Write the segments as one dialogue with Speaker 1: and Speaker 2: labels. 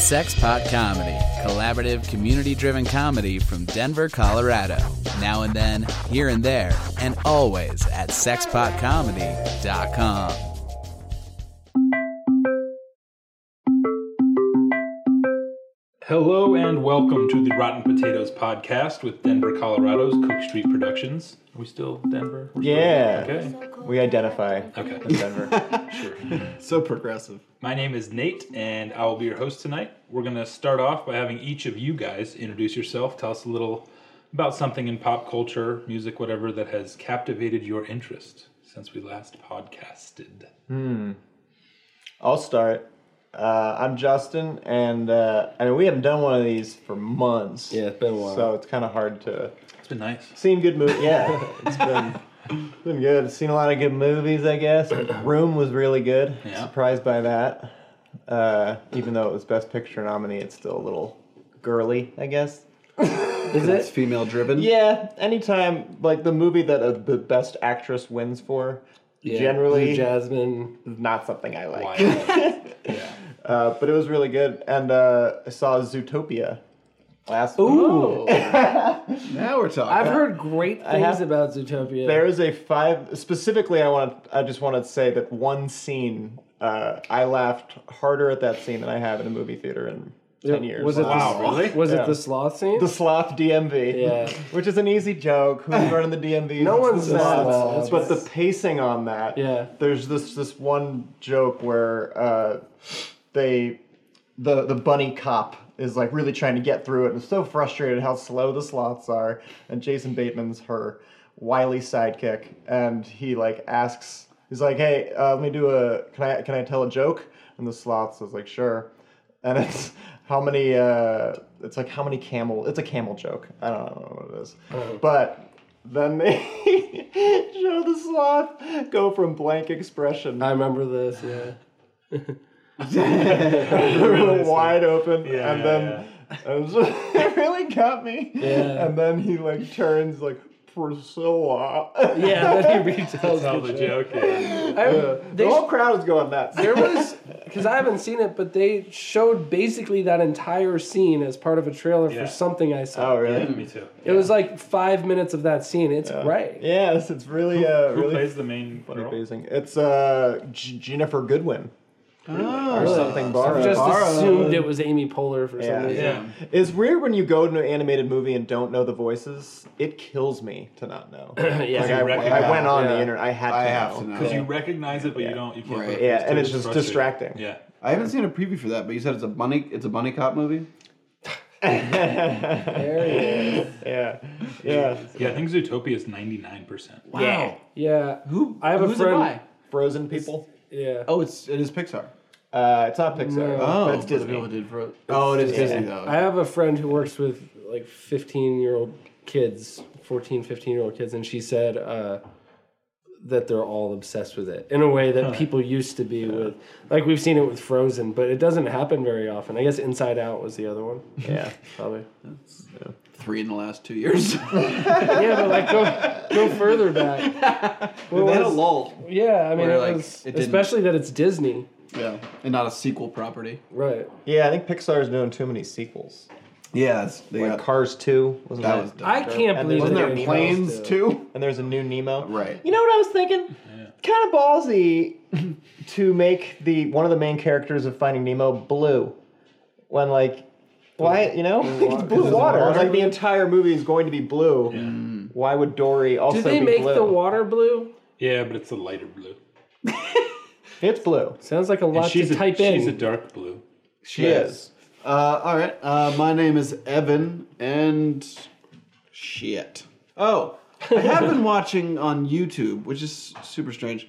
Speaker 1: Sexpot Comedy, collaborative, community driven comedy from Denver, Colorado. Now and then, here and there, and always at sexpotcomedy.com.
Speaker 2: Hello and welcome to the Rotten Potatoes podcast with Denver, Colorado's Cook Street Productions. Are we still Denver? We're still-
Speaker 3: Yeah.
Speaker 2: okay.
Speaker 3: We identify
Speaker 2: Okay.
Speaker 3: as Denver.
Speaker 4: So progressive.
Speaker 2: My name is Nate, and I will be your host tonight. We're going to start off by having each of you guys introduce yourself, tell us a little about something in pop culture, music, whatever that has captivated your interest since we last podcasted.
Speaker 3: I'll start. Uh, I'm Justin, and uh, I mean we haven't done one of these for months.
Speaker 4: Yeah, it's been a while.
Speaker 3: So it's kind of hard to
Speaker 2: It's been nice.
Speaker 3: seen good movies. Yeah, it's been been good. Seen a lot of good movies, I guess. Room was really good.
Speaker 2: Yeah.
Speaker 3: Surprised by that. Uh, even though it was Best Picture nominee, it's still a little girly, I guess.
Speaker 4: Is it? It's female driven.
Speaker 3: Yeah, anytime like the movie that uh, the best actress wins for, generally
Speaker 4: Blue Jasmine.
Speaker 3: is not something I like.
Speaker 2: Why? yeah.
Speaker 3: Uh, but it was really good. And uh, I saw Zootopia last week.
Speaker 4: Ooh.
Speaker 5: Now we're talking.
Speaker 4: I've heard great things
Speaker 3: have-
Speaker 4: about Zootopia.
Speaker 3: There is a five. Specifically, I want. I just want to say that one scene. Uh, I laughed harder at that scene than I have in a movie theater in ten years.
Speaker 4: Was it
Speaker 2: Wow,
Speaker 4: the,
Speaker 2: really?
Speaker 4: Was
Speaker 3: Yeah.
Speaker 4: it the sloth scene?
Speaker 3: the sloth DMV?
Speaker 4: Yeah.
Speaker 3: Which is an easy joke. Who's running the DMV?
Speaker 4: No
Speaker 3: It's the
Speaker 4: one's
Speaker 3: sloths.
Speaker 4: mad about that.
Speaker 3: But the pacing on that.
Speaker 4: Yeah.
Speaker 3: There's this this one joke where uh, they the the bunny cop is like really trying to get through it and so frustrated how slow the sloths are and Jason Bateman's her wily sidekick and he like asks he's like hey uh, let me do a can I can I tell a joke and the sloths is like sure and it's how many uh it's like how many camel it's a camel joke I don't, I don't know what it is
Speaker 2: Oh.
Speaker 3: but then they show the sloth go from blank expression
Speaker 4: I remember this. Yeah.
Speaker 3: really wide open,
Speaker 2: Yeah,
Speaker 3: and
Speaker 2: yeah,
Speaker 3: then it was- it really got me.
Speaker 4: Yeah.
Speaker 3: And then he like turns like Priscilla. Yeah.
Speaker 4: Yeah. Then he retells
Speaker 2: Tell the joke. Yeah.
Speaker 4: I,
Speaker 3: the
Speaker 4: they,
Speaker 3: whole crowd was going nuts.
Speaker 4: there was because I haven't seen it, but they showed basically that entire scene as part of a trailer
Speaker 2: Yeah.
Speaker 4: for something I
Speaker 3: Oh,
Speaker 4: saw.
Speaker 2: Me too.
Speaker 4: It was like five minutes of that scene. It's great.
Speaker 3: Yes, it's really uh,
Speaker 2: Who
Speaker 3: really
Speaker 2: plays the main
Speaker 3: funny
Speaker 2: girl?
Speaker 3: amazing. It's uh G- Jennifer Goodwin or something. Barra.
Speaker 4: I just
Speaker 3: Barra.
Speaker 4: assumed it was Amy Poehler for some
Speaker 3: Yeah.
Speaker 4: reason.
Speaker 2: Yeah.
Speaker 3: It's weird when you go to an animated movie and don't know the voices. It kills me to not know.
Speaker 4: Yeah.
Speaker 3: Like I,
Speaker 2: recognize-
Speaker 3: I went on
Speaker 4: Yeah.
Speaker 3: the internet. I had to
Speaker 5: I
Speaker 3: know.
Speaker 5: have to know.
Speaker 2: Because you recognize it, but you
Speaker 3: Yeah.
Speaker 2: don't. You can't.
Speaker 5: Right.
Speaker 2: put it
Speaker 3: Yeah,
Speaker 2: to
Speaker 3: and
Speaker 2: it.
Speaker 3: it's just
Speaker 2: frustrating.
Speaker 3: distracting.
Speaker 2: Yeah.
Speaker 5: I haven't seen a preview for that, but you said it's a bunny. It's a bunny cop movie.
Speaker 4: There he is.
Speaker 3: Yeah, yeah.
Speaker 2: Yeah, I think Zootopia is 99%.
Speaker 5: Wow.
Speaker 4: Yeah. Yeah.
Speaker 5: Who?
Speaker 4: I have a
Speaker 5: who's
Speaker 4: friend-
Speaker 5: It by?
Speaker 3: Frozen people.
Speaker 4: Yeah.
Speaker 5: Oh, it's it is Pixar.
Speaker 3: Uh, it's not Pixar.
Speaker 4: No.
Speaker 5: Oh,
Speaker 3: but it's Disney.
Speaker 5: People did Fro- oh, it is Disney though.
Speaker 4: I have a friend who works with like 15 year old kids, 14, 15 year old kids, and she said uh, that they're all obsessed with it in a way that people used to be with. Like we've seen it with Frozen, but it doesn't happen very often. I guess Inside Out was the other one,
Speaker 3: Yeah.
Speaker 4: probably.
Speaker 5: Three in the last two years. they
Speaker 4: yeah, but like go, go further back. What
Speaker 5: had a
Speaker 4: was-
Speaker 5: lull.
Speaker 4: yeah, I mean,
Speaker 5: where,
Speaker 4: it
Speaker 5: like,
Speaker 4: was,
Speaker 5: it didn't-
Speaker 4: especially that it's Disney.
Speaker 5: Yeah, and not a sequel property.
Speaker 4: Right.
Speaker 3: Yeah, I think Pixar's doing too many sequels.
Speaker 5: Yeah, it's, they
Speaker 3: Like
Speaker 5: got-
Speaker 3: Cars 2 wasn't
Speaker 5: that
Speaker 3: it?
Speaker 5: was dumb.
Speaker 4: I can't
Speaker 3: And
Speaker 4: believe
Speaker 3: wasn't
Speaker 4: that
Speaker 3: there
Speaker 4: they
Speaker 5: planes
Speaker 4: announced it.
Speaker 5: too.
Speaker 3: and there's a new Nemo.
Speaker 5: Right.
Speaker 3: You know what I was thinking? Kind of ballsy to make the one of the main characters of Finding Nemo blue. When like why, you know? it's blue water. Like the entire movie is going to be blue.
Speaker 5: Mm.
Speaker 3: Why would Dory also
Speaker 4: Did they
Speaker 3: be
Speaker 4: make
Speaker 3: blue?
Speaker 4: the water blue?
Speaker 2: Yeah, but it's a lighter blue.
Speaker 3: it's blue.
Speaker 4: Sounds like a lot
Speaker 2: she's
Speaker 4: to
Speaker 2: a,
Speaker 4: type
Speaker 2: she's
Speaker 4: in.
Speaker 2: a dark blue.
Speaker 5: She is. Uh, all right. Uh, my name is Evan, and shit. Oh, I have been watching on YouTube, which is super strange.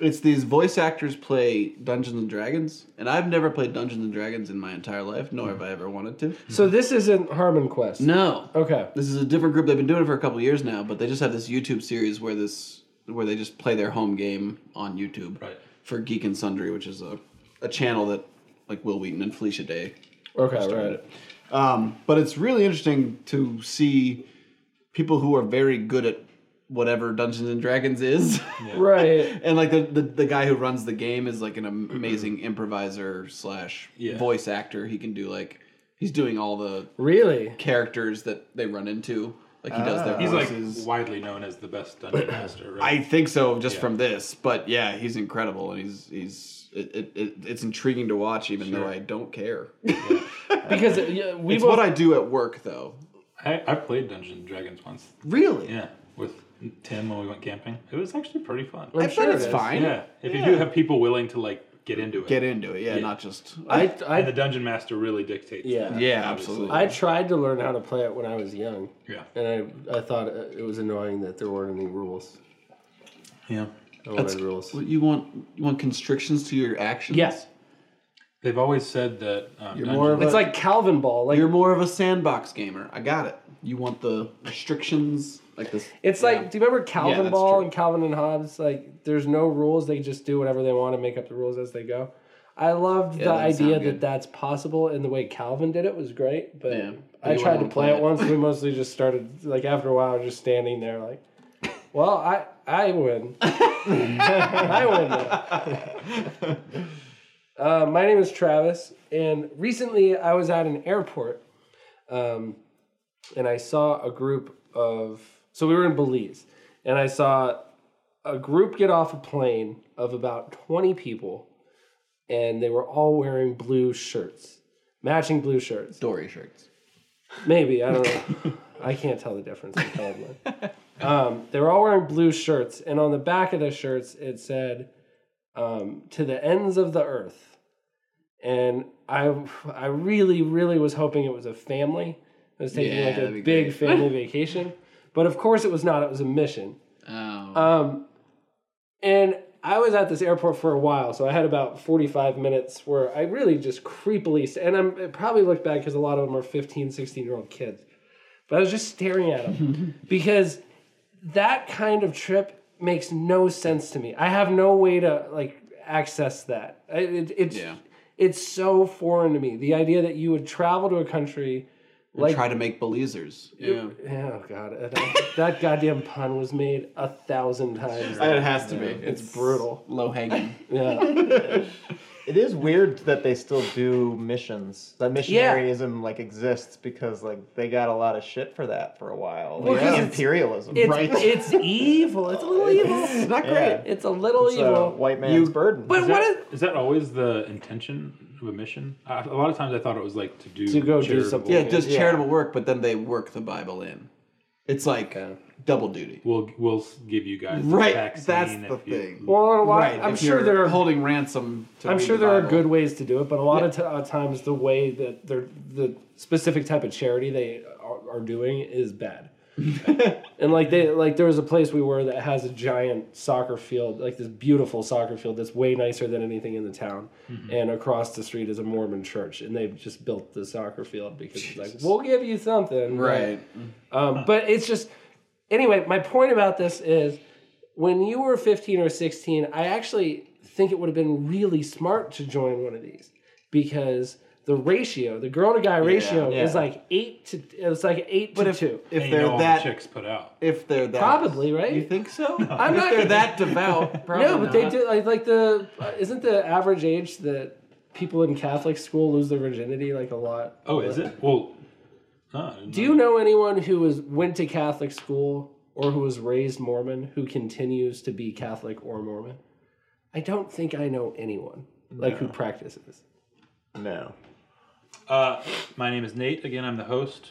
Speaker 5: It's these voice actors play Dungeons and Dragons, and I've never played Dungeons and Dragons in my entire life, nor have I ever wanted to.
Speaker 4: So this isn't Harmon Quest.
Speaker 5: No.
Speaker 4: Okay.
Speaker 5: This is a different group. They've been doing it for a couple years now, but they just have this YouTube series where this where they just play their home game on YouTube
Speaker 2: Right.
Speaker 5: for Geek and Sundry, which is a, a channel that like Will Wheaton and Felicia Day
Speaker 4: Okay. Right.
Speaker 5: um, but it's really interesting to see people who are very good at whatever Dungeons and Dragons is.
Speaker 4: Right.
Speaker 5: and like the, the the guy who runs the game is like an amazing improviser slash
Speaker 2: Mm-hmm. Yeah.
Speaker 5: voice actor. He can do like he's doing all the
Speaker 4: Really?
Speaker 5: characters that they run into. Like he does their
Speaker 3: Ah.
Speaker 2: He's like
Speaker 5: voices.
Speaker 2: widely known as the best dungeon master, right?
Speaker 5: I think so, just
Speaker 2: Yeah.
Speaker 5: from this. But yeah, he's incredible, and he's he's it, it, it it's intriguing to watch, even though I don't care.
Speaker 4: Because uh, yeah, we
Speaker 5: it's
Speaker 4: both,
Speaker 5: what I do at work, though.
Speaker 2: I, I played Dungeons and Dragons once.
Speaker 5: Really?
Speaker 2: Yeah, with Tim when we went camping. It was actually pretty fun.
Speaker 5: I
Speaker 4: I'm
Speaker 5: bet
Speaker 4: sure it
Speaker 5: it's
Speaker 4: is.
Speaker 5: fine.
Speaker 2: Yeah, if you do have people willing to like get into it,
Speaker 5: Get into it, yeah,
Speaker 2: Yeah.
Speaker 5: Not just
Speaker 4: I,
Speaker 2: and the
Speaker 4: I,
Speaker 2: dungeon master really dictates.
Speaker 4: Yeah.
Speaker 2: that,
Speaker 5: Yeah,
Speaker 2: obviously.
Speaker 5: absolutely.
Speaker 4: I tried to learn how to play it when I was young,
Speaker 2: Yeah,
Speaker 4: and I, I thought it it was annoying that there weren't any rules.
Speaker 2: yeah.
Speaker 4: No red rules.
Speaker 5: you want you want constrictions to your actions.
Speaker 4: Yes.
Speaker 2: They've always said that um,
Speaker 5: You're more of
Speaker 2: dungeon-
Speaker 4: It's like Calvin Ball. Like
Speaker 5: You're more of a sandbox gamer. I got it. You want the restrictions like this.
Speaker 4: It's like, do you remember Calvin
Speaker 5: that's
Speaker 4: Ball
Speaker 5: true.
Speaker 4: and Calvin and Hobbes? Like, there's no rules; they just do whatever they want and make up the rules as they go. I loved the
Speaker 5: that doesn't
Speaker 4: idea
Speaker 5: sound
Speaker 4: that
Speaker 5: good.
Speaker 4: that's possible, and the way Calvin did it was great. But
Speaker 5: Yeah.
Speaker 4: I
Speaker 5: You
Speaker 4: tried to
Speaker 5: wouldn't
Speaker 4: play
Speaker 5: wanna
Speaker 4: it
Speaker 5: play
Speaker 4: once. We mostly just started like after a while, just standing there like, "Well, I I win, I win." now." Uh, my name is Travis, and recently I was at an airport um, and I saw a group of so we were in Belize and I saw a group get off a plane of about 20 people and they were all wearing blue shirts matching blue shirts
Speaker 5: Dory shirts.
Speaker 4: Maybe I don't. know. I can't tell the difference. I'm colorblind. Um, they were all wearing blue shirts, and on the back of the shirts it said, um, "To the ends of the earth." And I, I really, really was hoping it was a family. I was taking
Speaker 5: Yeah,
Speaker 4: like a
Speaker 5: that'd be
Speaker 4: big family vacation, but of course it was not. It was a mission.
Speaker 5: Oh.
Speaker 4: Um, and I was at this airport for a while, so I had about 45 minutes where I really just creepily, st- and I'm, it probably looked bad because a lot of them are 15, 16 year old kids, but I was just staring at them because that kind of trip makes no sense to me. I have no way to like access that. I- It, it's,
Speaker 5: Yeah.
Speaker 4: it's so foreign to me. The idea that you would travel to a country like
Speaker 5: Try to make believers. Yeah.
Speaker 4: Oh god, that, that goddamn pun was made a thousand times.
Speaker 5: It has to be.
Speaker 4: It's brutal.
Speaker 5: Low hanging.
Speaker 4: Yeah,
Speaker 3: It is weird that they still do missions. That missionaryism like exists because like they got a lot of shit for that for a while. Like,
Speaker 4: 'cause it's-
Speaker 3: imperialism.
Speaker 4: it's,
Speaker 5: Right.
Speaker 4: it's evil. It's a little
Speaker 5: it's
Speaker 4: evil.
Speaker 5: not great.
Speaker 3: Yeah.
Speaker 4: It's a little
Speaker 3: It's a
Speaker 4: evil.
Speaker 3: white man's burden.
Speaker 4: but
Speaker 2: Is
Speaker 4: what
Speaker 2: that-
Speaker 4: is?
Speaker 2: is that always the intention of a mission? I, a lot of times I thought it was like to do
Speaker 4: To go do
Speaker 2: charitable-
Speaker 4: something.
Speaker 5: Yeah, it does
Speaker 3: Yeah.
Speaker 5: charitable work, but then they work the Bible in. It's like double duty.
Speaker 2: We'll we'll s- give you guys the
Speaker 5: Right,
Speaker 2: vaccine
Speaker 5: that's
Speaker 2: if
Speaker 5: the
Speaker 2: you-
Speaker 5: thing.
Speaker 4: Well, a lot,
Speaker 5: right.
Speaker 4: I'm
Speaker 5: if
Speaker 4: sure
Speaker 5: you're
Speaker 4: there are.
Speaker 5: holding ransom. To
Speaker 4: I'm
Speaker 5: read
Speaker 4: sure
Speaker 5: the
Speaker 4: there are
Speaker 5: Bible.
Speaker 4: good ways to do it, but a lot of t- uh, times the way that they're the specific type of charity they are, are doing is bad. and like they like there was a place we were that has a giant soccer field, like this beautiful soccer field that's way nicer than anything in the town.
Speaker 5: Mm-hmm.
Speaker 4: And across the street is a Mormon church, and they've just built the soccer field because it's like we'll give you something,
Speaker 5: Right.
Speaker 4: um, but it's just anyway. My point about this is when you were 15 or 16, I actually think it would have been really smart to join one of these because the ratio, the girl to guy ratio,
Speaker 5: yeah.
Speaker 4: is like eight to it's like eight to two.
Speaker 5: If
Speaker 2: And you know
Speaker 5: they're
Speaker 2: all
Speaker 5: that,
Speaker 2: the chicks put out.
Speaker 5: if they're that,
Speaker 4: Probably, right?
Speaker 5: You think so?
Speaker 4: I'm
Speaker 5: if
Speaker 4: not
Speaker 5: they're
Speaker 4: gonna-
Speaker 5: that devout. Probably
Speaker 4: no, but they
Speaker 5: not.
Speaker 4: do like like the uh, isn't the average age that people in Catholic school lose their virginity like a lot.
Speaker 2: Oh, is it? Well, huh, I didn't
Speaker 4: Do you know anyone who was went to Catholic school or who was raised Mormon who continues to be Catholic or Mormon? I don't think I know anyone like who practices.
Speaker 3: No.
Speaker 2: Uh, my name is Nate. Again, I'm the host,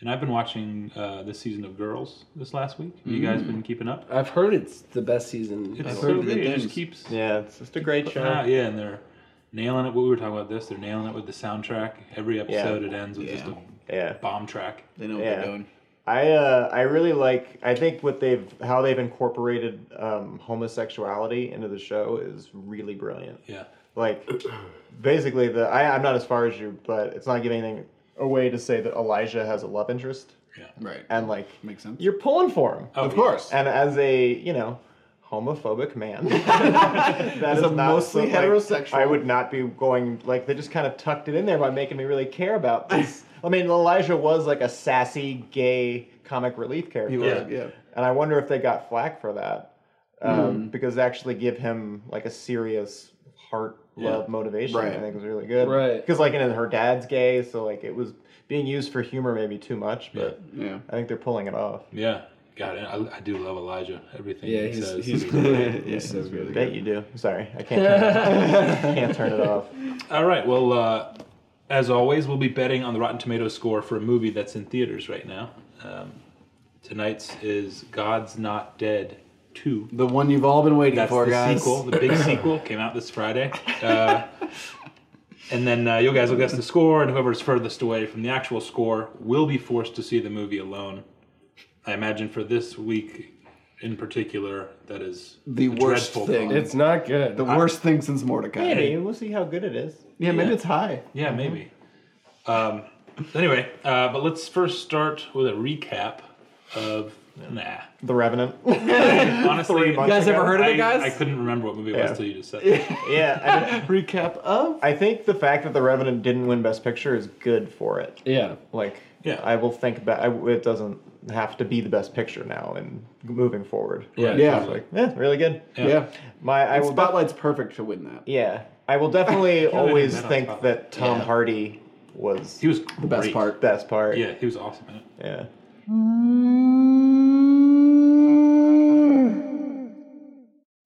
Speaker 2: and I've been watching uh, this season of Girls this last week. Have you guys been keeping up?
Speaker 4: I've heard it's the best season.
Speaker 2: It's
Speaker 5: Mm. I've
Speaker 2: so
Speaker 5: heard good
Speaker 2: great. It just
Speaker 5: things.
Speaker 2: keeps.
Speaker 3: Yeah, it's just a great show.
Speaker 2: Ah, yeah, and they're nailing it. We were talking about this. They're nailing it with the soundtrack. Every episode, it ends with just a
Speaker 3: yeah.
Speaker 2: bomb track.
Speaker 5: They know what
Speaker 3: Yeah.
Speaker 5: they're doing.
Speaker 3: I uh, I really like I think what they've how they've incorporated um, homosexuality into the show is really brilliant.
Speaker 2: Yeah.
Speaker 3: Like basically the I, I'm not as far as you, but it's not giving anything away to say that Elijah has a love interest
Speaker 5: Right.
Speaker 3: and like
Speaker 5: Makes sense.
Speaker 3: you're pulling for him.
Speaker 2: Oh,
Speaker 5: of course.
Speaker 3: And as a you know homophobic man, that is
Speaker 5: a
Speaker 3: not
Speaker 5: mostly
Speaker 3: so- like,
Speaker 5: heterosexual.
Speaker 3: I would not be going like they just kind of tucked it in there by making me really care about this. I mean, Elijah was like a sassy gay comic relief character.
Speaker 5: He was, yeah.
Speaker 3: and I wonder if they got flack for that
Speaker 5: Hmm.
Speaker 3: um, because they actually give him like a serious heart love motivation.
Speaker 5: Right.
Speaker 3: I think was really good.
Speaker 4: Right.
Speaker 3: Because like, and her dad's gay, so like it was being used for humor maybe too much, but
Speaker 5: Yeah.
Speaker 3: I think they're pulling it off.
Speaker 2: Yeah. God, I, I do love Elijah. Everything
Speaker 4: Yeah,
Speaker 2: he
Speaker 4: he's
Speaker 2: says.
Speaker 4: he's
Speaker 2: is-
Speaker 4: good.
Speaker 5: Yeah,
Speaker 4: he's so
Speaker 5: he's really good.
Speaker 4: good.
Speaker 3: Bet you do. Sorry, I can't. Turn it, can't turn it off.
Speaker 2: All right. Well, uh, as always, we'll be betting on the Rotten Tomatoes score for a movie that's in theaters right now. Um, tonight's is God's Not Dead 2.
Speaker 5: The one you've all been waiting
Speaker 2: That's
Speaker 5: for,
Speaker 2: the
Speaker 5: guys.
Speaker 2: sequel, the big sequel, came out this Friday. Uh, and then uh, you guys will guess the score, and whoever's furthest away from the actual score will be forced to see the movie alone. I imagine for this week in particular, that is
Speaker 5: The
Speaker 2: a
Speaker 5: worst
Speaker 2: dreadful
Speaker 5: thing.
Speaker 2: con-
Speaker 4: It's not good.
Speaker 5: The worst thing since Mordecai.
Speaker 3: Maybe we'll see how good it is.
Speaker 5: Yeah, maybe it's high.
Speaker 2: Yeah, maybe. Um, anyway, uh, but let's first start with a recap of. Nah.
Speaker 3: The Revenant.
Speaker 2: Honestly,
Speaker 3: months
Speaker 5: You guys ever heard of
Speaker 2: I,
Speaker 5: it, guys?
Speaker 2: I couldn't remember what movie it
Speaker 3: Yeah.
Speaker 2: was till you just said it.
Speaker 3: yeah, I didn't-
Speaker 5: Recap of?
Speaker 3: I think the fact that The Revenant didn't win Best Picture is good for it.
Speaker 4: yeah.
Speaker 3: Like,
Speaker 2: Yeah.
Speaker 3: I will think about I, it. Doesn't have to be the Best Picture now, and moving forward,
Speaker 4: Yeah.
Speaker 5: Yeah.
Speaker 2: totally.
Speaker 3: yeah, really good.
Speaker 5: Yeah.
Speaker 3: My I
Speaker 5: And
Speaker 3: will def-
Speaker 5: Spotlight's perfect to win that.
Speaker 3: yeah, I will definitely always
Speaker 2: that on
Speaker 3: think
Speaker 2: top.
Speaker 3: that Tom
Speaker 5: Yeah.
Speaker 3: Hardy was
Speaker 2: He was
Speaker 5: The best
Speaker 2: great.
Speaker 5: part.
Speaker 3: best part.
Speaker 2: Yeah, he was awesome. in it.
Speaker 3: yeah.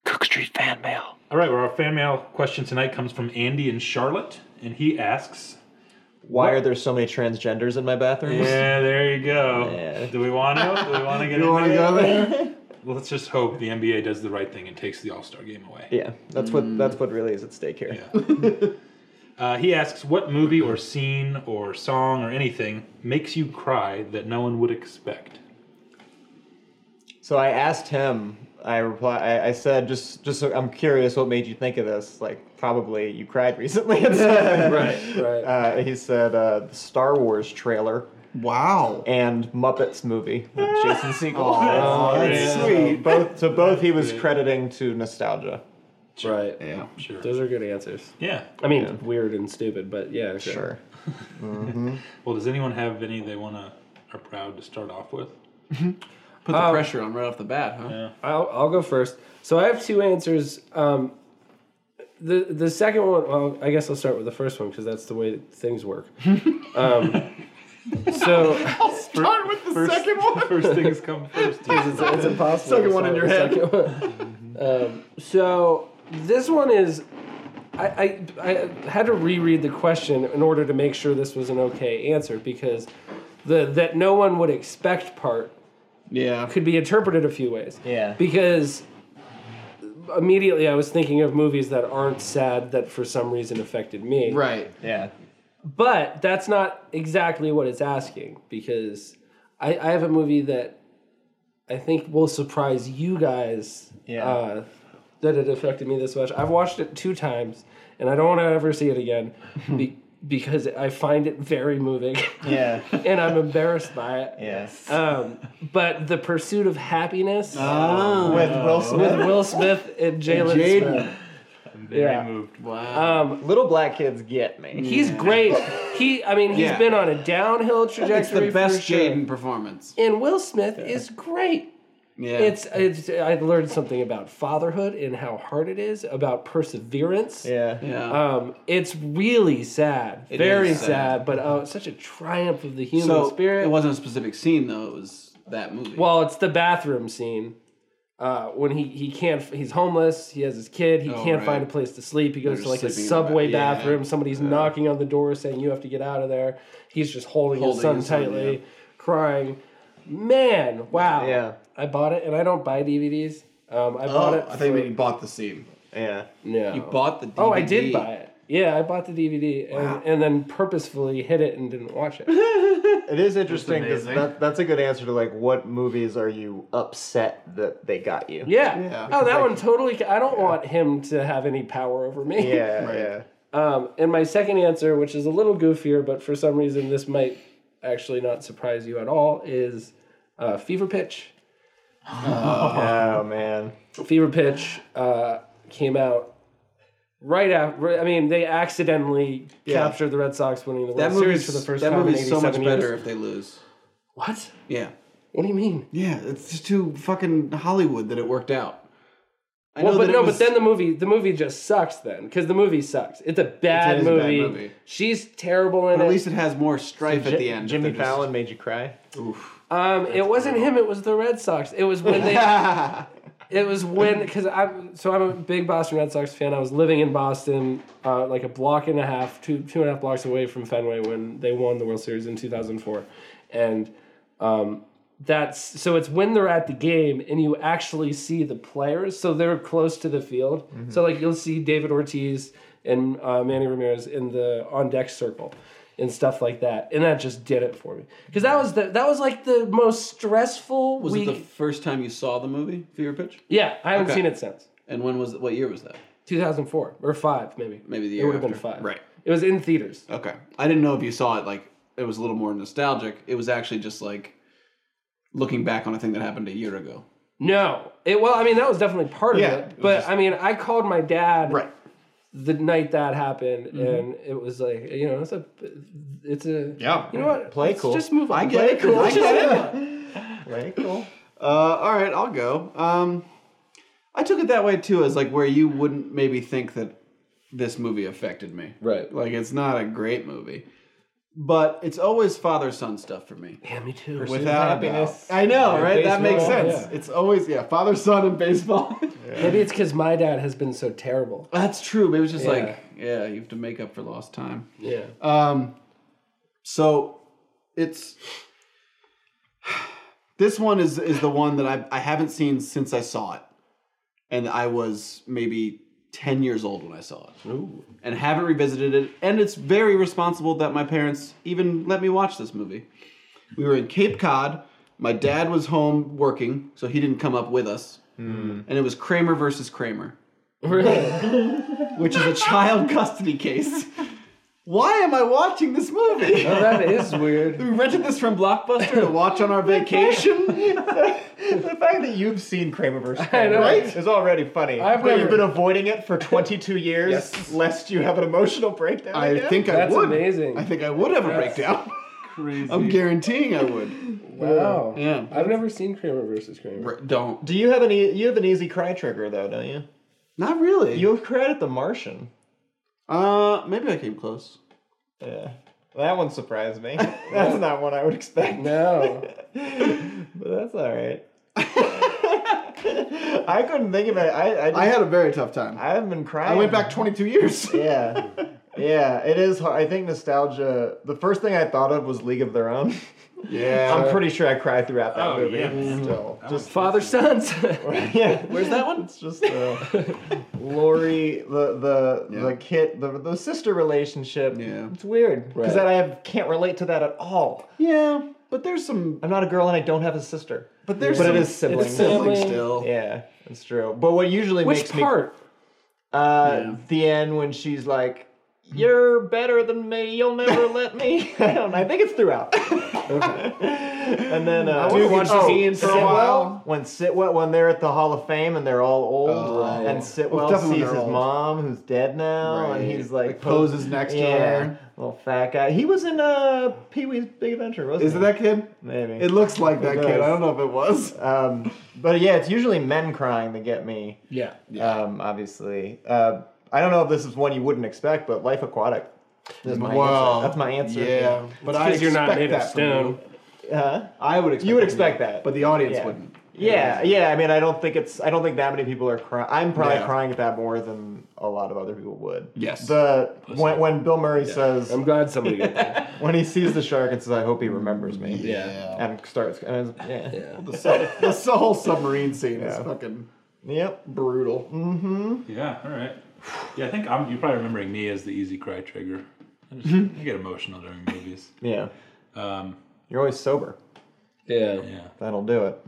Speaker 2: All right, well, our fan mail question tonight comes from Andy in Charlotte, and he asks,
Speaker 3: Why are there so many transgenders in my bathrooms?
Speaker 2: "Yeah, there you go.
Speaker 3: Yeah.
Speaker 2: Do we want to? Do we want to get
Speaker 5: You want
Speaker 2: into
Speaker 5: to
Speaker 2: it?
Speaker 5: go there?
Speaker 2: Let's just hope the NBA does the right thing and takes the All Star game away."
Speaker 3: Yeah, that's what that's what really is at stake here.
Speaker 2: Uh, he asks, "What movie or scene or song or anything makes you cry that no one would expect?"
Speaker 3: So I asked him. I reply. I, I said, just, just. So I'm curious, what made you think of this? Like, probably you cried recently. right.
Speaker 4: Right.
Speaker 3: Uh, he said, uh, the Star Wars trailer
Speaker 5: Wow.
Speaker 3: and Muppets movie with Jason Segel.
Speaker 5: Aw,
Speaker 2: Yeah.
Speaker 5: that's sweet.
Speaker 3: both, so both he was crediting to nostalgia.
Speaker 4: right.
Speaker 5: Yeah.
Speaker 2: Sure.
Speaker 4: Those are good answers.
Speaker 2: Yeah.
Speaker 4: I mean, weird and stupid, but yeah. Sure.
Speaker 3: Sure.
Speaker 2: Well, does anyone have any they want to are proud to start off with?
Speaker 5: Put the pressure on right off the bat, huh?
Speaker 4: I'll, I'll go first. So I have two answers. Um, the the second one. Well, I guess I'll start with the first one because that's the way that things work. um, so
Speaker 5: Start with the second one.
Speaker 2: First things come first.
Speaker 4: it's impossible.
Speaker 5: Second one in your head. Mm-hmm.
Speaker 4: Second one. um, so this one is. I, I, I had to reread the question in order to make sure this was an okay answer because the that no one would expect part
Speaker 5: Yeah.
Speaker 4: could be interpreted a few ways.
Speaker 3: Yeah.
Speaker 4: Because immediately I was thinking of movies that aren't sad that for some reason affected me.
Speaker 5: Right.
Speaker 3: Yeah.
Speaker 4: But that's not exactly what it's asking because I, I have a movie that I think will surprise you guys
Speaker 3: Yeah.
Speaker 4: uh, that it affected me this much. I've watched it two times and I don't want to ever see it again be, because I find it very moving
Speaker 3: Yeah.
Speaker 4: and I'm embarrassed by it.
Speaker 3: Yes.
Speaker 4: Um, but the pursuit of happiness
Speaker 3: With Will Smith.
Speaker 4: with Will Smith and Jalen
Speaker 5: Oh. Jaden.
Speaker 4: Smith.
Speaker 2: Very
Speaker 4: Yeah.
Speaker 2: moved.
Speaker 5: Wow.
Speaker 4: Um,
Speaker 3: Little black kids get me.
Speaker 4: he's great. He, I mean, he's
Speaker 5: Yeah.
Speaker 4: been on a downhill trajectory.
Speaker 5: it's the best
Speaker 4: for sure.
Speaker 5: Jaden performance.
Speaker 4: And Will Smith is great.
Speaker 5: Yeah.
Speaker 4: It's, it's. I learned something about fatherhood and how hard it is, about perseverance.
Speaker 3: Yeah.
Speaker 5: yeah.
Speaker 4: Um, it's really sad, very
Speaker 5: is
Speaker 4: sad,
Speaker 5: sad.
Speaker 4: but oh, it's such a triumph of the human
Speaker 5: so
Speaker 4: spirit.
Speaker 5: it wasn't a specific scene though. It was that movie.
Speaker 4: Well, it's the bathroom scene uh, when he he can't. He's homeless. He has his kid. He
Speaker 5: Oh,
Speaker 4: can't
Speaker 5: right.
Speaker 4: find a place to sleep. He goes
Speaker 5: They're
Speaker 4: to like a
Speaker 5: sleeping in the ba-
Speaker 4: subway
Speaker 5: yeah.
Speaker 4: bathroom. Somebody's knocking on the door saying you have to get out of there. He's just holding,
Speaker 5: Holding
Speaker 4: his son
Speaker 5: his son,
Speaker 4: tightly,
Speaker 5: yeah.
Speaker 4: crying. Man, wow.
Speaker 3: Yeah.
Speaker 4: I bought it, and I don't buy DVDs. Um, I bought it. for-
Speaker 5: bought the scene.
Speaker 3: Yeah.
Speaker 4: no.
Speaker 5: You bought the. DVD.
Speaker 4: Oh, I did buy it. Yeah, I bought the DVD and, and then purposefully hid it and didn't watch it.
Speaker 3: It is interesting because
Speaker 5: amazing.
Speaker 3: that, that's a good answer to like what movies are you upset that they got you?
Speaker 4: Yeah.
Speaker 5: Yeah.
Speaker 4: oh, that one totally. ca- I don't want him to have any power over me.
Speaker 3: Yeah.
Speaker 5: Right.
Speaker 3: yeah.
Speaker 4: Um, and my second answer, which is a little goofier, but for some reason this might actually not surprise you at all, is uh, Fever Pitch.
Speaker 3: Oh man.
Speaker 4: Fever Pitch uh, came out right after. I mean, they accidentally
Speaker 5: Yeah.
Speaker 4: captured the Red Sox winning the
Speaker 5: That
Speaker 4: World Series
Speaker 5: movie's
Speaker 4: for the first
Speaker 5: that
Speaker 4: time in
Speaker 5: movie's so much
Speaker 4: 87 years.
Speaker 5: better if they lose.
Speaker 4: What?
Speaker 5: Yeah.
Speaker 4: What do you mean?
Speaker 5: Yeah, it's just too fucking Hollywood that it worked out. I
Speaker 4: Well, but
Speaker 5: that it
Speaker 4: no,
Speaker 5: was-
Speaker 4: but then the movie the movie just sucks then because the movie sucks. It's a bad,
Speaker 5: is a bad
Speaker 4: movie.
Speaker 5: movie.
Speaker 4: She's terrible in
Speaker 5: But at
Speaker 4: it.
Speaker 5: least it has more strife at the end.
Speaker 3: Jimmy
Speaker 5: They're just-
Speaker 3: Fallon made you cry.
Speaker 4: um, it wasn't him. It was the Red Sox. It was when they. it was when because I'm so I'm a big Boston Red Sox fan. I was living in Boston, uh, like a block and a half, two two and a half blocks away from Fenway when they won the World Series in 2004, and. Um, that's so it's when they're at the game and you actually see the players so they're close to the field
Speaker 5: Mm-hmm.
Speaker 4: so like you'll see david ortiz and uh, manny ramirez in the on deck circle and stuff like that and that just did it for me because that was the that was like the most stressful
Speaker 5: Mm-hmm. Was
Speaker 4: week
Speaker 5: it the first time you saw the movie, Fever Pitch?
Speaker 4: yeah i haven't
Speaker 5: Okay.
Speaker 4: seen it since
Speaker 5: And when was what year was that?
Speaker 4: 2004 or 5 maybe
Speaker 5: Maybe the
Speaker 4: it
Speaker 5: year
Speaker 4: would have been
Speaker 5: after.
Speaker 4: 5
Speaker 5: Right.
Speaker 4: it was in theaters
Speaker 5: Okay, I didn't know if you saw it like it was a little more nostalgic. It was actually just like looking back on a thing that happened a year ago.
Speaker 4: no it well i mean that was definitely part of
Speaker 5: Yeah, it was
Speaker 4: it but i mean i called my dad
Speaker 5: Right.
Speaker 4: the night that happened,
Speaker 5: Mm-hmm.
Speaker 4: and it was like you know, it's a, it's a
Speaker 3: Yeah.
Speaker 4: You know what?
Speaker 3: Play
Speaker 4: Let's
Speaker 3: cool.
Speaker 4: Just move on.
Speaker 5: I get it. I get it.
Speaker 3: Right, cool.
Speaker 5: Uh, all right, I'll go. Um, I took it that way too, as like where you wouldn't maybe think that this movie affected me.
Speaker 4: Right.
Speaker 5: Like it's not a great movie, but it's always father son stuff for me.
Speaker 4: Yeah, me too.
Speaker 5: Without a doubt.
Speaker 3: happiness.
Speaker 5: I know,
Speaker 3: Yeah,
Speaker 5: right? That makes
Speaker 3: baseball,
Speaker 5: sense. It's always yeah, father son and baseball.
Speaker 4: Maybe it's because my dad has been so terrible.
Speaker 5: That's true. Maybe it's just
Speaker 4: Yeah.
Speaker 5: like yeah, you have to make up for lost time.
Speaker 4: Yeah.
Speaker 5: Um, so it's this one is is the one that I I haven't seen since I saw it, and I was maybe ten years old when I saw it,
Speaker 4: Ooh.
Speaker 5: and haven't revisited it. And it's very responsible that my parents even let me watch this movie. We were in Cape Cod. My dad was home working, so he didn't come up with us. And it was Kramer versus Kramer
Speaker 4: Hmm. Really?
Speaker 5: which is a child custody case. Why am I watching this movie?
Speaker 4: Oh, that is weird.
Speaker 5: We rented this from Blockbuster to watch on our vacation.
Speaker 3: the fact that you've seen Kramer versus
Speaker 4: I know.
Speaker 3: Kramer right? is already funny.
Speaker 4: I've
Speaker 3: but
Speaker 4: never-
Speaker 3: you've been avoiding it for 22 years,
Speaker 4: Yes.
Speaker 3: lest you have an emotional breakdown.
Speaker 5: I
Speaker 3: again?
Speaker 5: think I
Speaker 4: That's
Speaker 5: would.
Speaker 4: amazing.
Speaker 5: I think I would have a
Speaker 4: That's
Speaker 5: breakdown. I'm guaranteeing I would.
Speaker 4: Wow.
Speaker 5: Yeah.
Speaker 4: I've never seen Kramer versus Kramer.
Speaker 5: Don't.
Speaker 3: Do you have any? You have an easy cry trigger though, don't you?
Speaker 5: Not really.
Speaker 3: You cried at The Martian.
Speaker 5: uh, maybe I came close.
Speaker 3: Yeah, that one surprised me. that's not one I would expect.
Speaker 4: No.
Speaker 3: but that's all right. I couldn't think of it. I I, just,
Speaker 5: I
Speaker 3: I,
Speaker 5: had a very tough time.
Speaker 3: haven't been crying.
Speaker 5: I went back 22 years.
Speaker 3: yeah, yeah. It is. hard. I think nostalgia. The first thing I thought of was League of Their Own.
Speaker 5: yeah.
Speaker 3: I'm pretty sure I cried throughout that
Speaker 2: Oh,
Speaker 3: movie.
Speaker 2: yeah.
Speaker 3: Still, just
Speaker 4: Father sons.
Speaker 3: yeah.
Speaker 5: Where's that one?
Speaker 3: It's just uh, Lori, the the
Speaker 5: Yeah.
Speaker 3: the kid, the the sister relationship.
Speaker 5: Yeah.
Speaker 3: it's weird because
Speaker 4: Right.
Speaker 3: that I have, can't relate to that at all.
Speaker 5: Yeah, but there's some.
Speaker 3: I'm not a girl and I don't have a sister.
Speaker 5: But there's
Speaker 3: But it
Speaker 5: some.
Speaker 3: is siblings.
Speaker 5: It's siblings
Speaker 4: Sibling.
Speaker 5: still.
Speaker 3: Yeah, that's true. But what usually
Speaker 4: Which
Speaker 3: makes
Speaker 4: part?
Speaker 3: me uh,
Speaker 5: Yeah.
Speaker 3: the end when she's like, "You're better than me. You'll never let me." I don't. know. I think it's throughout. and then uh,
Speaker 5: wanna watch Oh, this Ian for a
Speaker 3: Sitwell-
Speaker 5: while.
Speaker 3: When Sitwell, when they're at the Hall of Fame and they're all old,
Speaker 5: Oh.
Speaker 3: and Sitwell
Speaker 5: Well, definitely
Speaker 3: sees
Speaker 5: they're
Speaker 3: his
Speaker 5: old.
Speaker 3: mom who's dead now, Oh, and
Speaker 5: Right.
Speaker 3: he's like,
Speaker 5: Like, poses next to her.
Speaker 3: little fat guy. He was in uh, Pee Wee's Big Adventure, wasn't
Speaker 5: Is it
Speaker 3: he?
Speaker 5: that kid?
Speaker 3: Maybe
Speaker 5: It looks like that kid.
Speaker 3: does.
Speaker 5: I don't know if it was.
Speaker 3: um, but yeah, it's usually men crying that get me.
Speaker 4: Yeah.
Speaker 3: Um, obviously, uh, I don't know if this is one you wouldn't expect, but Life Aquatic. Is my
Speaker 5: Wow.
Speaker 3: answer. That's my answer.
Speaker 5: Yeah, but I
Speaker 4: you're not
Speaker 5: expect
Speaker 4: made of
Speaker 5: that from
Speaker 4: stone.
Speaker 5: you.
Speaker 3: Huh?
Speaker 5: I would expect
Speaker 3: You would
Speaker 5: that from
Speaker 3: expect that.
Speaker 5: but the audience
Speaker 3: Yeah.
Speaker 5: wouldn't.
Speaker 3: Yeah, yeah. I mean, I don't think it's. I don't think that many people are crying. I'm probably
Speaker 5: Yeah.
Speaker 3: crying at that more than a lot of other people would.
Speaker 5: Yes.
Speaker 3: The when, when Bill Murray says
Speaker 4: I'm glad somebody got that.
Speaker 3: when he sees the shark and says, "I hope he remembers me,"
Speaker 5: Yeah.
Speaker 3: and starts. And it's- yeah.
Speaker 4: Yeah.
Speaker 5: The, sub, the whole submarine scene is
Speaker 3: Yeah.
Speaker 5: fucking
Speaker 3: Yep.
Speaker 5: brutal.
Speaker 2: Yeah, all right. Yeah, I think I'm, you're probably remembering me as the easy cry trigger. I, just, I get emotional during movies.
Speaker 3: Yeah.
Speaker 2: Um,
Speaker 3: You're always sober.
Speaker 4: Yeah.
Speaker 2: yeah.
Speaker 3: That'll do it.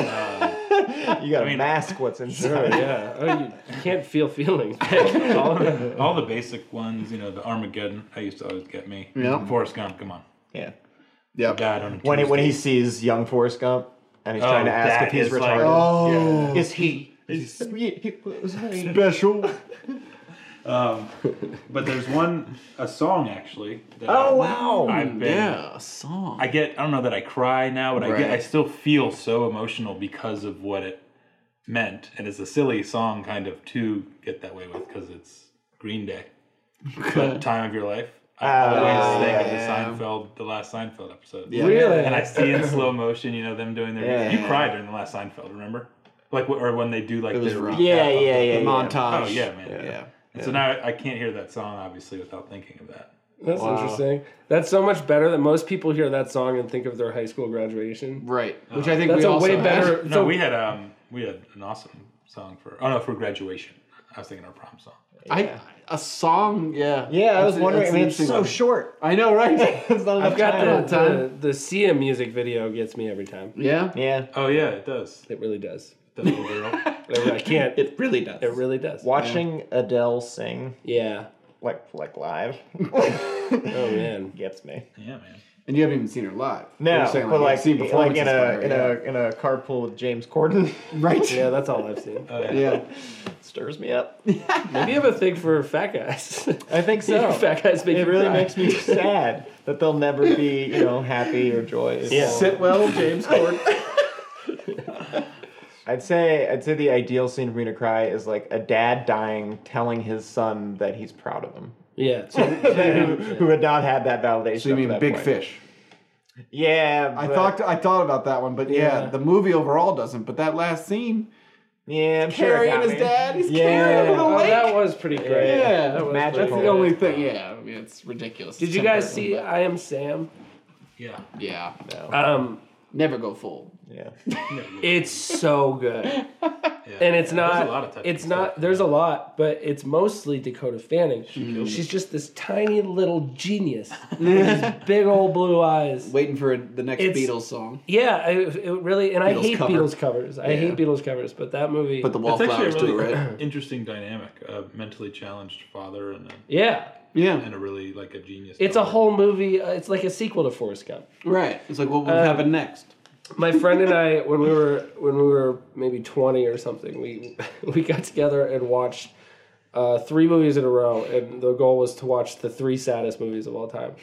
Speaker 3: you gotta
Speaker 2: mean-
Speaker 3: mask what's inside.
Speaker 4: Yeah. Oh, you can't feel feelings. All of it.
Speaker 2: All the basic ones, you know, the Armageddon, I used to always get me.
Speaker 5: Yeah.
Speaker 2: Forrest Gump, come on.
Speaker 3: Yeah.
Speaker 5: Yeah.
Speaker 2: God, on a
Speaker 3: When he, when he
Speaker 2: Tuesday.
Speaker 3: sees young Forrest Gump and he's
Speaker 2: Oh,
Speaker 3: trying to ask
Speaker 2: that
Speaker 3: if he's
Speaker 2: is like-
Speaker 3: retarded,
Speaker 5: Oh,
Speaker 3: is he?
Speaker 5: special.
Speaker 2: Um, but there's one, a song actually. That
Speaker 5: Oh,
Speaker 2: I-
Speaker 5: wow.
Speaker 2: I've been,
Speaker 5: Yeah, a song.
Speaker 2: I get I don't know that I cry now, but I get I
Speaker 5: Right.
Speaker 2: still feel so emotional because of what it meant. And it's a silly song kind of to get that way with because it's Green Day. But time of your life. I always think of the Seinfeld the last Seinfeld episode.
Speaker 5: Yeah.
Speaker 4: Really?
Speaker 2: And I see in slow motion, you know, them doing their
Speaker 5: Yeah.
Speaker 2: you cried during the last Seinfeld, remember? Like wh- or when they do like
Speaker 5: It was
Speaker 2: their
Speaker 5: rough.
Speaker 3: Yeah,
Speaker 2: recap of
Speaker 3: yeah,
Speaker 2: the-
Speaker 5: the
Speaker 3: yeah.
Speaker 5: montage.
Speaker 2: Oh yeah, man.
Speaker 5: Yeah.
Speaker 2: And so now I can't hear that song obviously without thinking of that.
Speaker 4: That's interesting. That's so much better that most people hear that song and think of their high school graduation.
Speaker 5: Right. Uh, Which I think
Speaker 4: That's
Speaker 5: we
Speaker 4: a
Speaker 5: also
Speaker 4: way
Speaker 5: had.
Speaker 4: better.
Speaker 2: No,
Speaker 4: so-
Speaker 2: we had um we had an awesome song for oh no for graduation. I was thinking our prom song.
Speaker 5: I a song, yeah.
Speaker 3: Yeah, I
Speaker 5: That's
Speaker 3: was
Speaker 5: a-
Speaker 3: wondering. I
Speaker 5: that's
Speaker 3: mean,
Speaker 5: an
Speaker 3: it's
Speaker 5: interesting
Speaker 3: so
Speaker 5: one.
Speaker 3: short.
Speaker 5: I know, right?
Speaker 3: it's not enough
Speaker 4: I've got
Speaker 3: time.
Speaker 4: the, the the Sia music video gets me every time.
Speaker 5: yeah.
Speaker 3: Yeah.
Speaker 2: Oh yeah, it does.
Speaker 4: It really does.
Speaker 2: The little girl.
Speaker 4: I I can't. It
Speaker 5: It really does.
Speaker 4: really does.
Speaker 3: Watching Adele sing
Speaker 4: Yeah.
Speaker 3: like like live
Speaker 4: Oh man.
Speaker 3: gets me.
Speaker 2: Yeah, man.
Speaker 5: and you haven't even seen her live.
Speaker 3: No,
Speaker 5: You're saying,
Speaker 3: but
Speaker 5: you've
Speaker 3: like,
Speaker 5: seen
Speaker 3: like in
Speaker 5: performances by
Speaker 3: a
Speaker 5: her,
Speaker 3: in a in a carpool with James Corden
Speaker 5: yeah. right.
Speaker 4: Yeah, that's all I've seen.
Speaker 2: Oh, yeah.
Speaker 5: yeah.
Speaker 3: stirs me up.
Speaker 4: Maybe you have a thing for fat guys.
Speaker 3: I think so.
Speaker 4: fat guys make
Speaker 3: it
Speaker 4: you
Speaker 3: really
Speaker 4: cry.
Speaker 3: makes me sad that they'll never be you know happy or joyous.
Speaker 4: Yeah.
Speaker 5: Sit well, James Corden.
Speaker 3: I'd say I'd say the ideal scene for me to cry is like a dad dying, telling his son that he's proud of him,
Speaker 4: Yeah. So,
Speaker 3: who had not had that validation.
Speaker 5: so you
Speaker 3: up to
Speaker 5: mean
Speaker 3: that
Speaker 5: Big
Speaker 3: point.
Speaker 5: Fish?
Speaker 3: Yeah,
Speaker 5: I
Speaker 3: but-
Speaker 5: thought I thought about that one, but yeah,
Speaker 4: Yeah.
Speaker 5: the movie overall doesn't. But that last scene,
Speaker 3: Yeah, I'm sure it
Speaker 5: carrying
Speaker 3: got
Speaker 5: his
Speaker 3: me.
Speaker 5: dad, he's
Speaker 3: Yeah.
Speaker 5: carrying him over the
Speaker 4: oh,
Speaker 5: lake.
Speaker 4: that was pretty great.
Speaker 5: yeah,
Speaker 4: That
Speaker 3: Magical.
Speaker 4: was
Speaker 5: that's
Speaker 4: pretty
Speaker 5: the
Speaker 4: great.
Speaker 5: only thing. Yeah, I mean, it's ridiculous.
Speaker 4: Did you guys see I Am Sam?
Speaker 2: Yeah.
Speaker 5: Yeah,
Speaker 4: Um,
Speaker 5: never go full.
Speaker 3: Yeah.
Speaker 4: it's so good.
Speaker 2: yeah.
Speaker 4: and it's not
Speaker 2: a lot of touching
Speaker 4: it's not
Speaker 2: stuff.
Speaker 4: there's a lot but it's mostly dakota fanning she's just this tiny little genius with these big old blue eyes
Speaker 5: Waiting for the next
Speaker 4: It's-
Speaker 5: Beatles song,
Speaker 4: yeah I, it really and i
Speaker 5: Beatles
Speaker 4: hate
Speaker 5: cover.
Speaker 4: beatles covers i hate beatles covers but that movie
Speaker 5: but the
Speaker 2: It's actually
Speaker 5: Wallflowers
Speaker 2: a really
Speaker 5: too, right?
Speaker 2: interesting dynamic. A mentally challenged father and a,
Speaker 4: yeah
Speaker 5: Yeah,
Speaker 2: and a really like a genius.
Speaker 4: it's a
Speaker 2: daughter.
Speaker 4: whole movie uh, it's like a sequel to forrest gump
Speaker 5: right. It's like what will happen next?
Speaker 4: my friend and I, when we were when we were maybe twenty or something, we we got together and watched uh, three movies in a row, and the goal was to watch the three saddest movies of all time.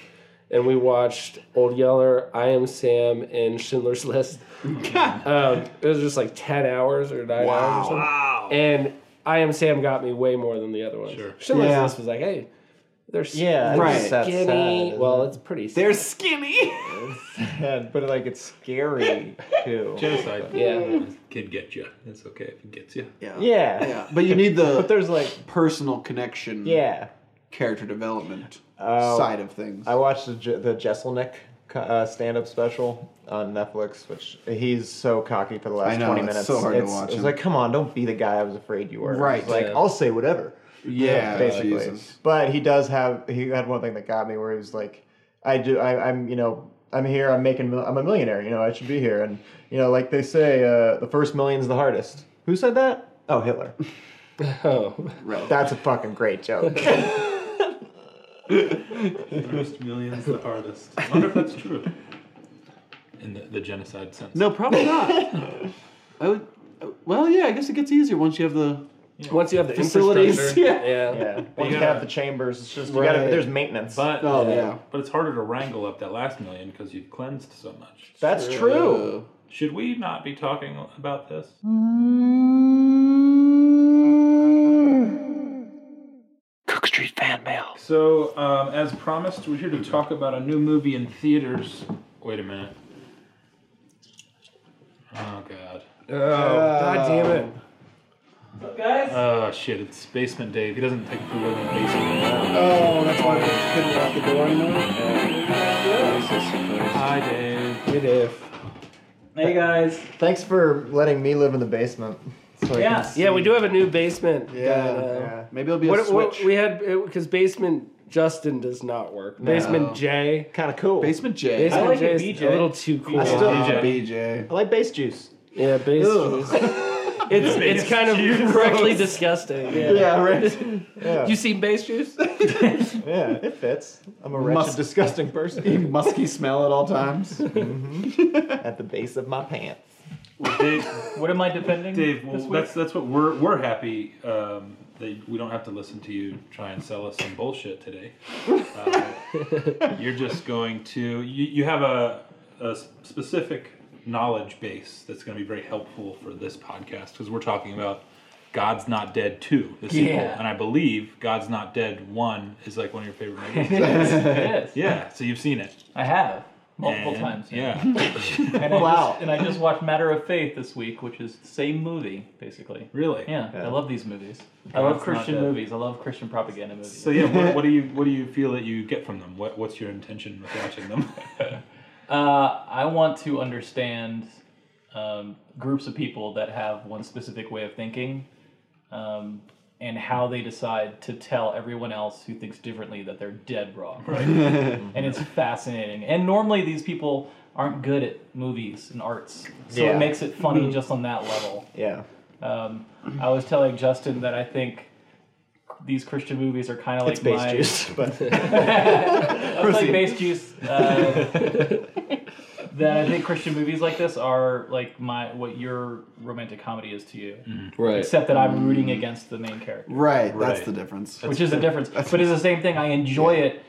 Speaker 4: And we watched Old Yeller, I Am Sam, and Schindler's List. um, it was just like ten hours or nine hours or something.
Speaker 2: Wow.
Speaker 4: And I Am Sam got me way more than the other ones.
Speaker 2: Sure.
Speaker 4: Schindler's
Speaker 5: Yeah.
Speaker 4: List was like, hey, they're s-
Speaker 3: Yeah,
Speaker 4: they're
Speaker 5: right.
Speaker 3: That's
Speaker 4: skinny.
Speaker 3: sad, isn't
Speaker 4: well,
Speaker 3: it?
Speaker 4: it's pretty. Skinny.
Speaker 5: They're skinny.
Speaker 3: Yeah, but like it's scary too.
Speaker 2: Genocide.
Speaker 4: Yeah.
Speaker 2: Kid get you. It's okay if he gets you.
Speaker 5: Yeah.
Speaker 3: yeah.
Speaker 5: Yeah, but you need the
Speaker 3: But there's like
Speaker 5: personal connection,
Speaker 3: yeah.
Speaker 5: character development
Speaker 3: Oh.
Speaker 5: side of things.
Speaker 3: I watched the Je- the Jesselnick uh, stand up special on Netflix, which he's so cocky for the last
Speaker 5: I know,
Speaker 3: twenty
Speaker 5: it's
Speaker 3: minutes.
Speaker 5: so hard to
Speaker 3: it's,
Speaker 5: watch
Speaker 3: it's
Speaker 5: him.
Speaker 3: like, come on, don't be the guy I was afraid you were.
Speaker 5: Right.
Speaker 3: It's like
Speaker 4: Yeah.
Speaker 3: I'll say whatever.
Speaker 5: yeah,
Speaker 3: basically.
Speaker 5: Jesus.
Speaker 3: But he does have he had one thing that got me where he was like, I do I, I'm you know I'm here I'm making mil- I'm a millionaire you know I should be here and you know like they say uh, the first million's the hardest. Who said that? Oh Hitler.
Speaker 4: Oh.
Speaker 5: Right.
Speaker 3: That's a fucking great joke.
Speaker 2: First millions the hardest. I wonder if that's true. In the, the genocide sense.
Speaker 5: No, probably not. I would. Well, yeah, I guess it gets easier once you have the.
Speaker 4: Once you have the
Speaker 5: Facilities,
Speaker 4: infrastructure,
Speaker 5: yeah.
Speaker 3: yeah. Once you
Speaker 2: gotta-
Speaker 3: have the chambers, it's just you gotta,
Speaker 5: Right.
Speaker 3: there's maintenance.
Speaker 2: But
Speaker 5: Oh
Speaker 4: Yeah.
Speaker 5: yeah.
Speaker 2: but it's harder to wrangle up that last million because you've cleansed so much.
Speaker 3: That's true.
Speaker 2: Should we not be talking about this?
Speaker 6: Cook Street fan mail.
Speaker 2: So, um, as promised, we're here to talk about a new movie in theaters. Wait a minute. Oh god.
Speaker 4: Oh, god damn it.
Speaker 2: Oh shit! It's Basement Dave. He doesn't take food in the basement.
Speaker 5: Oh, that's why I couldn't lock the door
Speaker 2: Hi, Dave.
Speaker 4: Good if.
Speaker 6: Hey guys.
Speaker 3: Thanks for letting me live in the basement. So I uh, can-
Speaker 6: Yes.
Speaker 4: Yeah, we do have a new basement.
Speaker 5: Yeah.
Speaker 4: guy now.
Speaker 5: yeah. Maybe it'll be a
Speaker 4: What,
Speaker 5: switch.
Speaker 4: what we had because basement Justin does not work. Basement J.
Speaker 3: Kind of cool.
Speaker 5: Basement J.
Speaker 4: Basement
Speaker 6: like
Speaker 4: J is
Speaker 6: it, BJ.
Speaker 4: a little too cool.
Speaker 5: I still
Speaker 2: BJ.
Speaker 5: Ah, BJ.
Speaker 3: I like bass juice.
Speaker 4: yeah, basement. It's it's kind of correctly disgusting. Yeah.
Speaker 3: right. Yeah.
Speaker 4: You seen bass juice?
Speaker 3: yeah, it fits. I'm a wretched,
Speaker 5: Must-
Speaker 3: disgusting person
Speaker 5: Musky smell at all times.
Speaker 3: at the base of my pants.
Speaker 2: Well, Dave,
Speaker 6: What am I defending?
Speaker 2: Dave, well, that's that's what we're we're happy um, that we don't have to listen to you try and sell us some bullshit today. Uh, you're just going to you, you have a, a s- specific knowledge base that's going to be very helpful for this podcast because we're talking about God's Not Dead Two, the sequel,
Speaker 6: Yeah.
Speaker 2: and I believe God's Not Dead One is like one of your favorite movies.
Speaker 6: yes,
Speaker 2: yeah, so you've seen it
Speaker 6: I have multiple
Speaker 2: And-
Speaker 6: times.
Speaker 2: Yeah,
Speaker 6: And I
Speaker 3: Wow.
Speaker 6: Just, and I just watched Matter of Faith this week, which is the same movie basically.
Speaker 2: really.
Speaker 6: Yeah, I love these movies. I love
Speaker 2: That's
Speaker 6: Christian
Speaker 2: not bad.
Speaker 6: movies. I love Christian propaganda movies.
Speaker 2: So yeah, what, what do you what do you feel that you get from them? What what's your intention with watching them?
Speaker 6: Uh, I want to understand um, groups of people that have one specific way of thinking um, and how they decide to tell everyone else who thinks differently that they're dead wrong. Right? and it's fascinating. And normally these people aren't good at movies and arts, so
Speaker 3: Yeah.
Speaker 6: it makes it funny just on that level.
Speaker 3: Yeah.
Speaker 6: Um, I was telling Justin that I think these Christian movies are kind of like
Speaker 3: It's base
Speaker 6: my
Speaker 3: juice, but
Speaker 6: it's like base juice. Uh, that I think Christian movies like this are like my what your romantic comedy is to you,
Speaker 5: Mm-hmm.
Speaker 4: Right.
Speaker 6: except that I'm rooting against the main character,
Speaker 5: Right, that's
Speaker 2: Right.
Speaker 5: the difference.
Speaker 6: which is the difference. But it's the same thing. I enjoy it.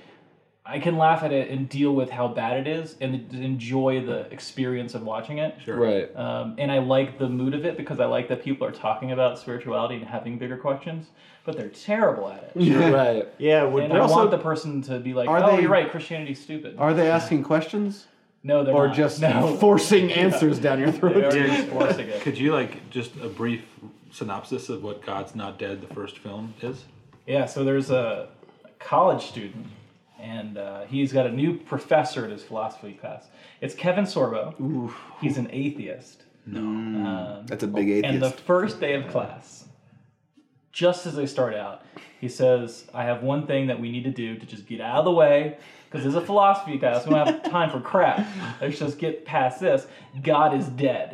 Speaker 6: I can laugh at it and deal with how bad it is, and enjoy the experience of watching it. Sure.
Speaker 4: Right.
Speaker 6: Um, and I like the mood of it because I like that people are talking about spirituality and having bigger questions, but they're terrible at it.
Speaker 4: Right.
Speaker 3: yeah, would
Speaker 6: And
Speaker 5: But
Speaker 6: I
Speaker 5: also-
Speaker 6: want the person to be like,
Speaker 5: Are
Speaker 6: "Oh,
Speaker 5: they-
Speaker 6: you're right. Christianity's stupid."
Speaker 5: Are they asking questions
Speaker 6: no, they're
Speaker 5: or
Speaker 6: not.
Speaker 5: just
Speaker 6: no.
Speaker 5: forcing answers down your
Speaker 6: They
Speaker 5: throat?
Speaker 6: are just forcing it.
Speaker 2: Could you like just a brief synopsis of what God's Not Dead, the first film, is?
Speaker 6: Yeah, so there's a college student, and uh, he's got a new professor at his philosophy class. It's Kevin Sorbo. He's an atheist.
Speaker 5: That's a big
Speaker 6: And
Speaker 5: atheist.
Speaker 6: the first day of class, just as they start out, he says, I have one thing that we need to do to just get out of the way, because this is a philosophy class. We don't have time for crap. Let's just get past this. God is dead.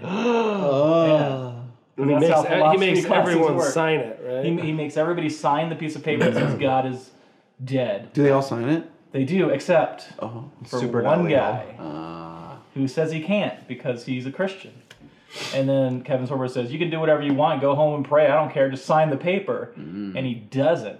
Speaker 6: oh.
Speaker 4: He makes, e, he makes everyone
Speaker 6: work.
Speaker 4: sign it, right?
Speaker 6: He, he makes everybody sign the piece of paper that says God is dead.
Speaker 5: Do they all sign it?
Speaker 6: They do, except
Speaker 5: Oh.
Speaker 6: for
Speaker 3: Super not
Speaker 6: one
Speaker 3: legal.
Speaker 6: guy
Speaker 5: Ah.
Speaker 6: who says he can't because he's a Christian. And then Kevin Sorbo says, "You can do whatever you want. Go home and pray. I don't care. Just sign the paper."
Speaker 5: Mm.
Speaker 6: And he doesn't.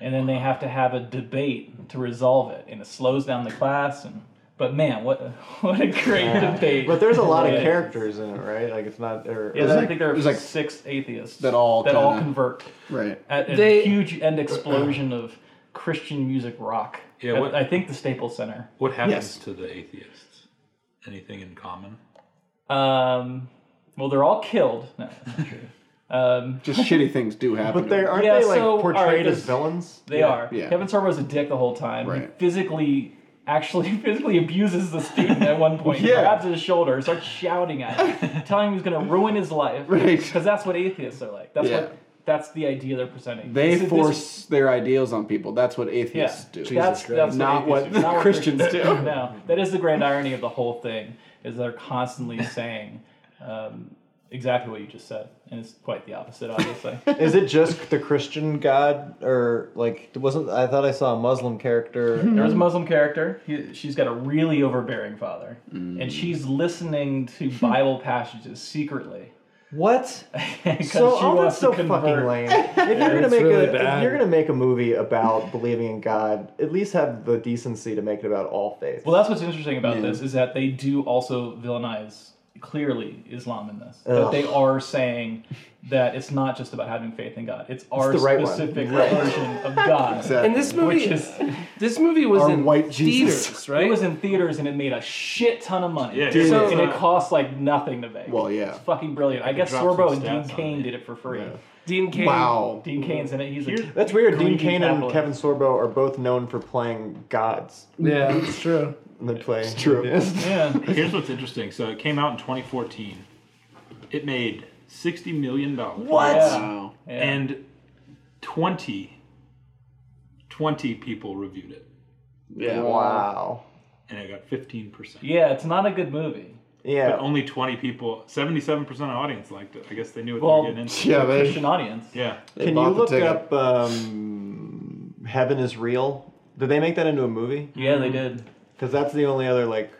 Speaker 6: And then they have to have a debate to resolve it, and it slows down the class. And but man, what what a great debate!
Speaker 3: but there's a lot
Speaker 6: Yeah.
Speaker 3: of characters in it, right? Like it's not. Or,
Speaker 6: Yeah, I
Speaker 5: like-
Speaker 6: think there are
Speaker 5: there's like
Speaker 6: six atheists
Speaker 5: that all
Speaker 6: that all
Speaker 5: kinda-
Speaker 6: convert
Speaker 5: Right.
Speaker 6: at a
Speaker 4: They-
Speaker 6: huge end explosion of Christian music rock.
Speaker 2: Yeah,
Speaker 6: at,
Speaker 2: what-
Speaker 6: I think the Staples Center.
Speaker 2: What happens
Speaker 5: Yes.
Speaker 2: to the atheists? Anything in common?
Speaker 6: Um, well, they're all killed. No, that's not true. Um,
Speaker 5: Just shitty things do happen.
Speaker 3: but they aren't
Speaker 6: Yeah,
Speaker 3: they like
Speaker 6: so,
Speaker 3: portrayed
Speaker 6: all right,
Speaker 3: as
Speaker 6: there's-
Speaker 3: villains?
Speaker 6: they are.
Speaker 5: yeah.
Speaker 6: Kevin Sorbo's a dick the whole time. He
Speaker 5: Right.
Speaker 6: physically, actually, physically abuses the student at one point.
Speaker 5: Yeah.
Speaker 6: grabs his shoulder, starts shouting at him, telling him he's going to ruin his life.
Speaker 5: Right.
Speaker 6: Because that's what atheists are like. That's
Speaker 5: Yeah.
Speaker 6: what. That's the idea they're presenting.
Speaker 5: They
Speaker 6: This is-
Speaker 5: force their ideals on people. That's what
Speaker 6: Yeah,
Speaker 5: atheists do.
Speaker 6: that's,
Speaker 4: Christ.
Speaker 6: that's
Speaker 5: Not
Speaker 6: atheists
Speaker 5: what
Speaker 6: do.
Speaker 5: Christians do.
Speaker 6: No, that is the grand irony of the whole thing is they're constantly saying um, exactly what you just said, and it's quite the opposite, obviously.
Speaker 3: Is it just the Christian God, or like wasn't? I thought I saw a Muslim character.
Speaker 6: There's a Muslim character. He, she's got a really overbearing father,
Speaker 5: Mm.
Speaker 6: and she's listening to Bible passages secretly.
Speaker 3: what?
Speaker 6: 'Cause
Speaker 3: So
Speaker 6: she
Speaker 3: all that's
Speaker 6: wants
Speaker 3: so
Speaker 6: to
Speaker 3: fucking
Speaker 6: convert.
Speaker 3: lame. If you're gonna
Speaker 4: it's
Speaker 3: make
Speaker 4: really
Speaker 3: a,
Speaker 4: bad.
Speaker 3: if you're gonna make a movie about believing in God, at least have the decency to make it about all faiths.
Speaker 6: Well, that's what's interesting about this is that they do also villainize clearly Islam in this. That
Speaker 3: Ugh.
Speaker 6: they are saying that it's not just about having faith in God; it's our
Speaker 3: the right one.
Speaker 6: specific version of God.
Speaker 4: and this movie,
Speaker 6: Which is-
Speaker 4: this movie was
Speaker 5: Our
Speaker 4: in
Speaker 5: white Jesus.
Speaker 4: theaters,
Speaker 6: It
Speaker 4: right?
Speaker 6: was in theaters and it made a shit ton of money.
Speaker 2: Yeah, uh, Dude,
Speaker 4: it's
Speaker 6: and it
Speaker 4: not-
Speaker 6: cost like nothing to make.
Speaker 5: Well, yeah.
Speaker 6: It's fucking brilliant. I, guess
Speaker 2: drop
Speaker 6: Sorbo
Speaker 2: some
Speaker 6: and Dean
Speaker 2: stats on
Speaker 6: Kane
Speaker 2: it.
Speaker 6: did it for free.
Speaker 4: Dean Cain.
Speaker 5: Wow.
Speaker 6: Dean Kane's in it. He's a
Speaker 3: that's weird. Dean
Speaker 6: greedy
Speaker 3: Kane and
Speaker 6: capitalist.
Speaker 3: Kevin Sorbo are both known for playing gods,
Speaker 4: Yeah, it's true.
Speaker 3: and they play. It's true.
Speaker 6: Yeah.
Speaker 2: Here's what's interesting. So it came out in 2014. It made 60 million dollars.
Speaker 3: What?
Speaker 5: Wow.
Speaker 2: And 20 20 people reviewed it,
Speaker 5: Yeah.
Speaker 3: Wow.
Speaker 2: and it got 15%.
Speaker 6: Yeah, it's not a good movie.
Speaker 2: But
Speaker 3: Yeah.
Speaker 2: only 20 people, 77% of the audience liked it. I guess they knew what
Speaker 6: Well-
Speaker 2: they were getting into.
Speaker 5: Yeah, they,
Speaker 6: Christian audience.
Speaker 2: Yeah.
Speaker 5: they
Speaker 3: Can
Speaker 5: bought
Speaker 3: you
Speaker 5: the
Speaker 3: look
Speaker 5: ticket.
Speaker 3: up um, "Heaven is Real"? Did they make that into a movie?
Speaker 6: Yeah, they did.
Speaker 3: Because that's the only other like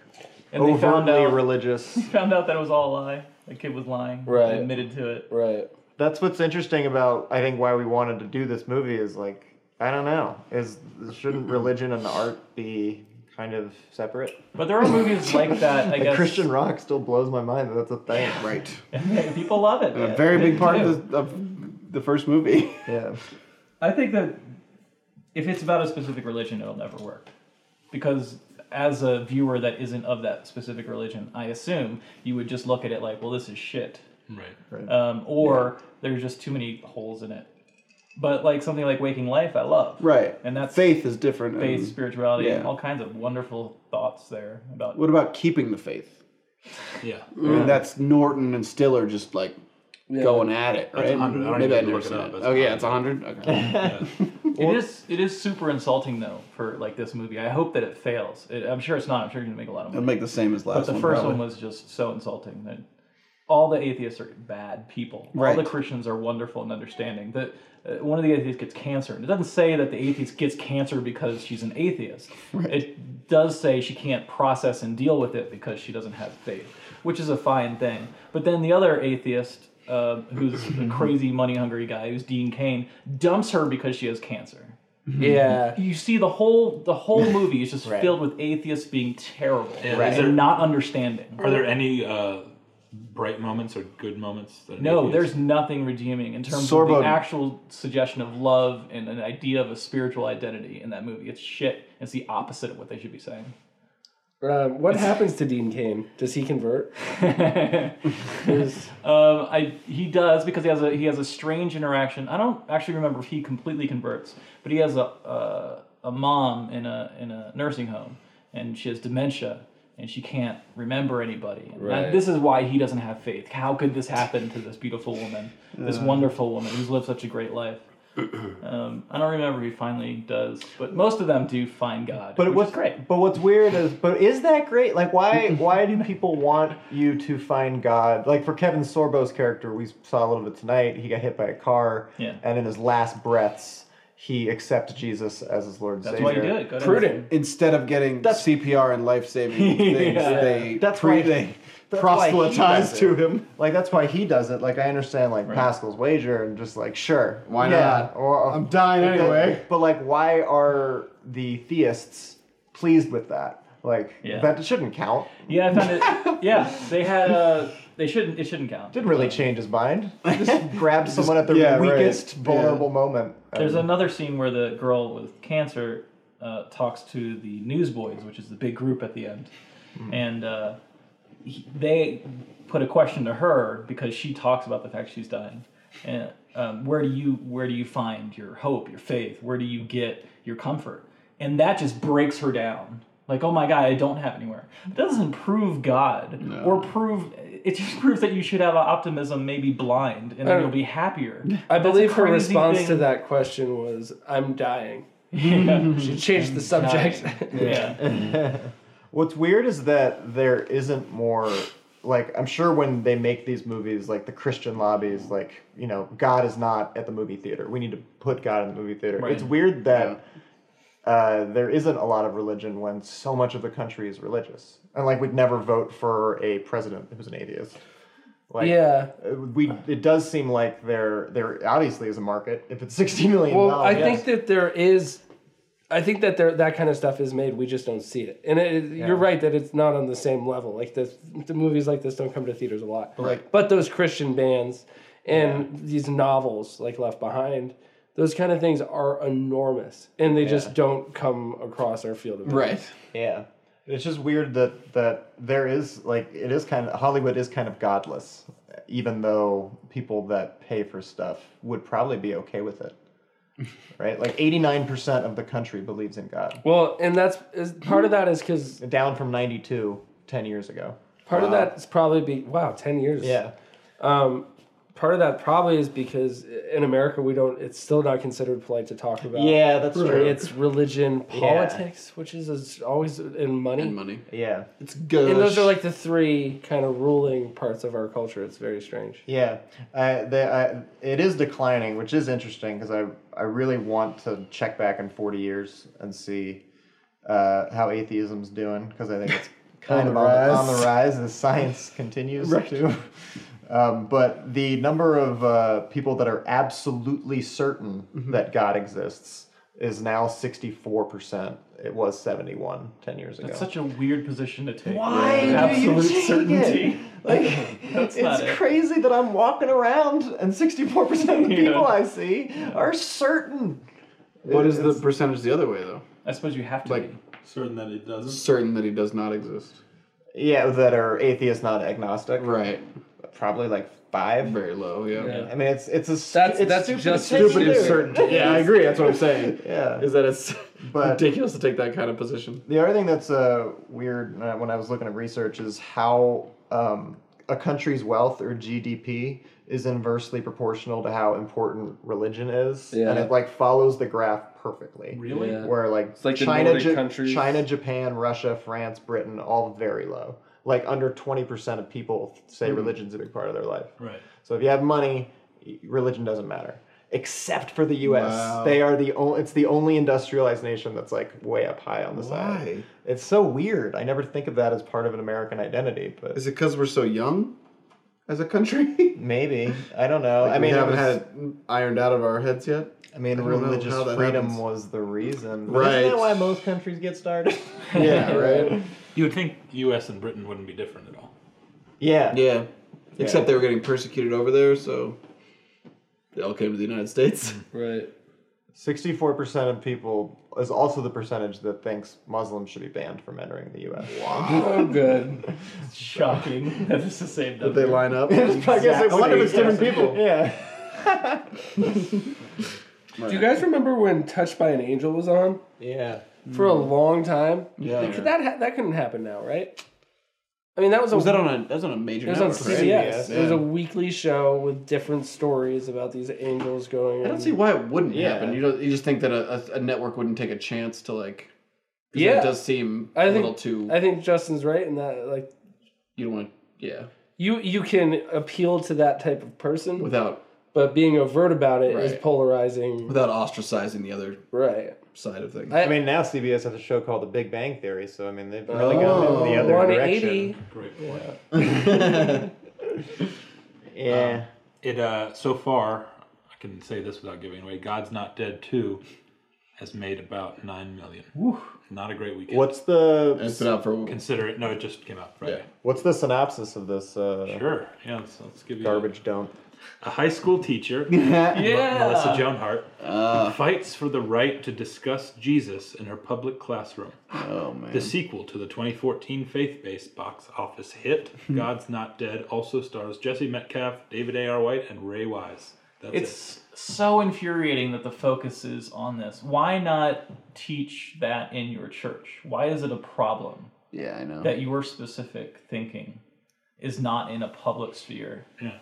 Speaker 6: And they found
Speaker 3: overtly
Speaker 6: out,
Speaker 3: religious.
Speaker 6: found out that it was all a lie. The kid was lying.
Speaker 4: Right.
Speaker 6: They admitted to it.
Speaker 4: Right.
Speaker 3: that's what's interesting about I think why we wanted to do this movie is like I don't know is
Speaker 5: Mm-hmm.
Speaker 3: shouldn't religion and art be kind of separate?
Speaker 6: But there are movies like that. I
Speaker 3: Like,
Speaker 6: guess
Speaker 3: Christian rock still blows my mind that that's a thing.
Speaker 5: Right.
Speaker 6: people love it.
Speaker 5: A very big part of the, of the first movie.
Speaker 3: Yeah.
Speaker 6: I think that if it's about a specific religion, it'll never work. Because as a viewer that isn't of that specific religion, I assume you would just look at it like, well, this is shit.
Speaker 2: Right.
Speaker 6: Um, or there's just too many holes in it. But like something like Waking Life, I love.
Speaker 5: Right.
Speaker 6: And that's faith,
Speaker 5: faith is different. and-
Speaker 6: spirituality, and
Speaker 5: yeah.
Speaker 6: all kinds of wonderful thoughts there about
Speaker 5: What about keeping the faith?
Speaker 2: Yeah.
Speaker 5: I mean, that's Norton and Stiller just like going at it, right?
Speaker 2: 100. I don't
Speaker 5: Maybe
Speaker 2: even
Speaker 5: I
Speaker 2: have to
Speaker 5: never
Speaker 2: look it
Speaker 5: seen
Speaker 2: up.
Speaker 5: it.
Speaker 2: That's
Speaker 5: Oh yeah, it's hundred. Okay.
Speaker 6: it is it is super insulting though for like this movie. I hope that it fails. It, I'm sure it's not. I'm sure you're gonna make a lot of money.
Speaker 5: It'll make the same as
Speaker 6: But
Speaker 5: last
Speaker 6: the
Speaker 5: one.
Speaker 6: first
Speaker 5: probably.
Speaker 6: one was just so insulting that all the atheists are bad people.
Speaker 5: Right.
Speaker 6: All the Christians are wonderful and understanding. That uh, one of the atheists gets cancer, and it doesn't say that the atheist gets cancer because she's an atheist. It does say she can't process and deal with it because she doesn't have faith, which is a fine thing. But then the other atheist. Uh, who's a crazy money hungry guy who's Dean Kane dumps her because she has cancer.
Speaker 4: Yeah.
Speaker 6: You see the whole the whole movie is just filled with atheists being terrible
Speaker 2: Right.
Speaker 6: and not understanding.
Speaker 2: Are there any uh, bright moments or good moments? That an
Speaker 6: No,
Speaker 2: atheist-
Speaker 6: there's nothing redeeming in terms of
Speaker 5: Sorbo-
Speaker 6: the actual suggestion of love and an idea of a spiritual identity in that movie. It's shit. It's the opposite of what they should be saying.
Speaker 4: Um, what happens to Dean Kane? Does he convert? Is-
Speaker 6: Um, I he does because he has a he has a strange interaction. I don't actually remember if he completely converts, but he has a uh, a mom in a in a nursing home, and she has dementia, and she can't remember anybody. And
Speaker 4: Right.
Speaker 6: this is why he doesn't have faith. How could this happen to this beautiful woman, this wonderful woman who's lived such a great life? Um, I don't remember if he finally does, but most of them do find God.
Speaker 3: But
Speaker 6: which
Speaker 3: what's
Speaker 6: is great.
Speaker 3: But what's weird is, but is that great? Like, why why do people want you to find God? Like for Kevin Sorbo's character, we saw a little bit tonight. He got hit by a car,
Speaker 6: Yeah.
Speaker 3: and in his last breaths, he accepts Jesus as his Lord and
Speaker 6: That's
Speaker 3: Savior.
Speaker 6: why you do it. Go to-
Speaker 4: Prudent.
Speaker 5: Instead of getting CPR and life saving things, they
Speaker 3: That's
Speaker 5: pre-
Speaker 3: why-
Speaker 5: they
Speaker 3: that's why he
Speaker 5: proselytize
Speaker 3: does
Speaker 5: to him.
Speaker 3: Like that's why he does it. Like I understand, like Pascal's wager, and just like sure,
Speaker 5: Why not?
Speaker 3: Or uh,
Speaker 5: I'm dying
Speaker 3: but-
Speaker 5: anyway.
Speaker 3: But like, why are the theists pleased with that? Like
Speaker 6: Yeah.
Speaker 3: that shouldn't count.
Speaker 6: Yeah, I found it. Yeah, they had. Uh, they shouldn't. It shouldn't count.
Speaker 3: Didn't really change his mind. Just grabbed someone at their
Speaker 5: yeah, right.
Speaker 3: weakest,
Speaker 5: Yeah.
Speaker 3: vulnerable moment.
Speaker 6: There's
Speaker 3: Um,
Speaker 6: another scene where the girl with cancer uh, talks to the newsboys, which is the big group at the end, and uh, he, they put a question to her because she talks about the fact she's dying. And um, where do you where do you find your hope, your faith? Where do you get your comfort? And that just breaks her down. Like, oh my God, I don't have anywhere. It doesn't prove God or prove. It just proves that you should have an optimism, maybe blind, and then
Speaker 4: don't-
Speaker 6: you'll be happier.
Speaker 4: I
Speaker 6: That's a
Speaker 4: believe her
Speaker 6: crazy
Speaker 4: response to
Speaker 6: thing.
Speaker 4: that question was, "I'm dying."
Speaker 6: Yeah.
Speaker 4: She changed the subject.
Speaker 6: yeah.
Speaker 3: What's weird is that there isn't more. Like I'm sure when they make these movies, like the Christian lobbies, like you know, God is not at the movie theater. We need to put God in the movie theater.
Speaker 6: Right.
Speaker 3: It's weird that uh, there isn't a lot of religion when so much of the country is religious, and like we'd never vote for a president who's an atheist. Like,
Speaker 4: yeah.
Speaker 3: uh, we it does seem like there there obviously is a market if it's sixty million
Speaker 4: Well, I
Speaker 3: dollars.
Speaker 4: think that there is. I think that there that kind of stuff is made. We just don't see it, and it, it- you're right that it's not on the same level. Like the the movies like this don't come to theaters a lot.
Speaker 5: Right.
Speaker 4: But those Christian bands and these novels like Left Behind, those kind of things are enormous, and they just don't come across our field of vision.
Speaker 5: Right.
Speaker 3: yeah, it's just weird that that there is like it is kind of Hollywood is kind of godless, even though people that pay for stuff would probably be okay with it, right? Like eighty nine percent of the country believes in God,
Speaker 4: Well, and that's is, part of that is because
Speaker 3: down from 92 10 years ago.
Speaker 4: part of that is probably be wow ten years Um, part of that probably is because in America we don't. It's still not considered polite to talk about.
Speaker 3: yeah, that's true.
Speaker 4: It's religion, politics, which is as- always in money.
Speaker 5: And money.
Speaker 3: yeah,
Speaker 5: It's good.
Speaker 4: And those are like the three kind of ruling parts of our culture. It's very strange.
Speaker 3: Yeah, I, the, I, it is declining, which is interesting because I I really want to check back in forty years and see uh, how atheism's doing because I think it's kind
Speaker 5: On
Speaker 3: of
Speaker 5: the
Speaker 3: on the,
Speaker 5: rise.
Speaker 3: on the rise as science continues to uh, Um, but the number of uh, people that are absolutely certain
Speaker 5: Mm-hmm.
Speaker 3: that God exists is now 64%. It was 71 10 years ago.
Speaker 6: That's such a weird position to take.
Speaker 3: Why
Speaker 6: Yeah.
Speaker 3: do
Speaker 6: Absolute
Speaker 3: you take
Speaker 6: certainty.
Speaker 3: It? Like
Speaker 6: That's
Speaker 3: it's
Speaker 6: not it.
Speaker 3: crazy that I'm walking around and 64% of the
Speaker 6: Yeah.
Speaker 3: people I see are certain.
Speaker 5: What is the
Speaker 3: It's-
Speaker 5: percentage the other way though?
Speaker 6: I suppose you have to
Speaker 5: Like-
Speaker 6: be.
Speaker 2: Certain that it doesn't.
Speaker 5: Certain that he does not exist.
Speaker 3: Yeah, that are atheist, not agnostic.
Speaker 5: Right.
Speaker 3: Probably like five.
Speaker 5: Very low. Yeah.
Speaker 6: Yeah.
Speaker 3: I mean, it's it's a stu-
Speaker 7: That's
Speaker 3: it's
Speaker 7: that's
Speaker 3: stupid
Speaker 7: just
Speaker 3: to take
Speaker 5: Stupid
Speaker 3: either.
Speaker 5: is certain. Yeah, I agree. That's what I'm saying.
Speaker 3: Yeah.
Speaker 5: Is that it's
Speaker 3: But-
Speaker 5: ridiculous to take that kind of position.
Speaker 3: The other thing that's uh, weird uh, when I was looking at research is how um, a country's wealth or GDP is inversely proportional to how important religion is, and
Speaker 7: Yeah.
Speaker 3: it like follows the graph perfectly.
Speaker 6: Really?
Speaker 7: Yeah.
Speaker 3: Where like,
Speaker 7: like the
Speaker 3: China,
Speaker 7: Nordic
Speaker 3: Ja-
Speaker 7: countries.
Speaker 3: China, Japan, Russia, France, Britain, all very low. Like under twenty percent of people say
Speaker 5: Hmm.
Speaker 3: religion's a big part of their life.
Speaker 2: Right.
Speaker 3: So if you have money, y- religion doesn't matter. Except for the U.S.,
Speaker 5: Wow.
Speaker 3: they are the only. It's the only industrialized nation that's like way up high on the side.
Speaker 5: Why?
Speaker 3: It's so weird. I never think of that as part of an American identity, but
Speaker 5: Is it because we're so young as a country?
Speaker 3: maybe I don't know. I
Speaker 5: we
Speaker 3: mean, it
Speaker 5: haven't
Speaker 3: was-
Speaker 5: had it ironed out of our heads yet.
Speaker 3: I mean,
Speaker 5: don't know
Speaker 3: religious
Speaker 5: how that
Speaker 3: freedom
Speaker 5: happens.
Speaker 3: was the reason.
Speaker 5: Right.
Speaker 3: Isn't that why most countries get started?
Speaker 5: Yeah, right.
Speaker 2: You would think U.S. and Britain wouldn't be different at all.
Speaker 3: yeah.
Speaker 5: yeah. Except they were getting persecuted over there, so they all came to the United States.
Speaker 4: Right.
Speaker 3: Sixty-four percent of people is also the percentage that thinks Muslims should be banned from entering the U.S.
Speaker 7: Oh, good.
Speaker 6: Shocking. that is the same
Speaker 5: Did they
Speaker 6: number.
Speaker 5: line up?
Speaker 3: I guess I wonder if it's different
Speaker 6: Exactly.
Speaker 3: people. Yeah.
Speaker 4: Do you guys remember when "Touched by an Angel" was on
Speaker 3: Yeah.
Speaker 4: for a long time?
Speaker 5: yeah.
Speaker 4: That ha- that couldn't happen now, right? I mean, that was a
Speaker 5: Was that on a? That was on a major.
Speaker 4: It was on
Speaker 5: network,
Speaker 4: CBS.
Speaker 5: right?
Speaker 4: It was
Speaker 5: Yeah.
Speaker 4: a weekly show with different stories about these angels going.
Speaker 5: I don't
Speaker 4: and-
Speaker 5: see why it wouldn't
Speaker 3: Yeah.
Speaker 5: happen. You don't, you just think that a, a, a network wouldn't take a chance to like. 'cause
Speaker 4: Yeah.
Speaker 5: It does seem
Speaker 4: I
Speaker 5: a
Speaker 4: think-
Speaker 5: little too.
Speaker 4: I think Justin's right in that, like,
Speaker 5: you don't want. to... Yeah.
Speaker 4: you you can appeal to that type of person,
Speaker 5: Without
Speaker 4: but being overt about it is
Speaker 5: Right.
Speaker 4: polarizing.
Speaker 5: without ostracizing the other
Speaker 4: right.
Speaker 5: side of things.
Speaker 4: I-
Speaker 3: I mean, now CBS has a show called The Big Bang Theory, so I mean, they've really gone in the
Speaker 6: Oh.
Speaker 3: other
Speaker 4: 180.
Speaker 3: direction.
Speaker 2: Great point.
Speaker 3: Yeah.
Speaker 2: It uh, so far, I can say this without giving away. God's Not Dead Two has made about nine million. Not a great weekend.
Speaker 3: What's
Speaker 5: And it's
Speaker 3: the
Speaker 5: been out for a while.
Speaker 2: Consider it. No, it just came out Friday.
Speaker 3: What's the synopsis of this uh,
Speaker 2: Sure. Yeah. Let's, let's give you a-
Speaker 3: garbage dump?
Speaker 2: A high school teacher,
Speaker 6: Yeah.
Speaker 2: Melissa Joan Hart, fights for the right to discuss Jesus in her public classroom.
Speaker 5: Oh man.
Speaker 2: The sequel to the 2014 faith based box office hit, God's Not Dead, also stars Jesse Metcalf, David A.R. White, and Ray Wise. That's it.
Speaker 6: It's so infuriating that the focus is on this. Why not teach that in your church? Why is it a problem
Speaker 5: yeah, I know.
Speaker 6: that your specific thinking is not in a public sphere?
Speaker 2: Yeah.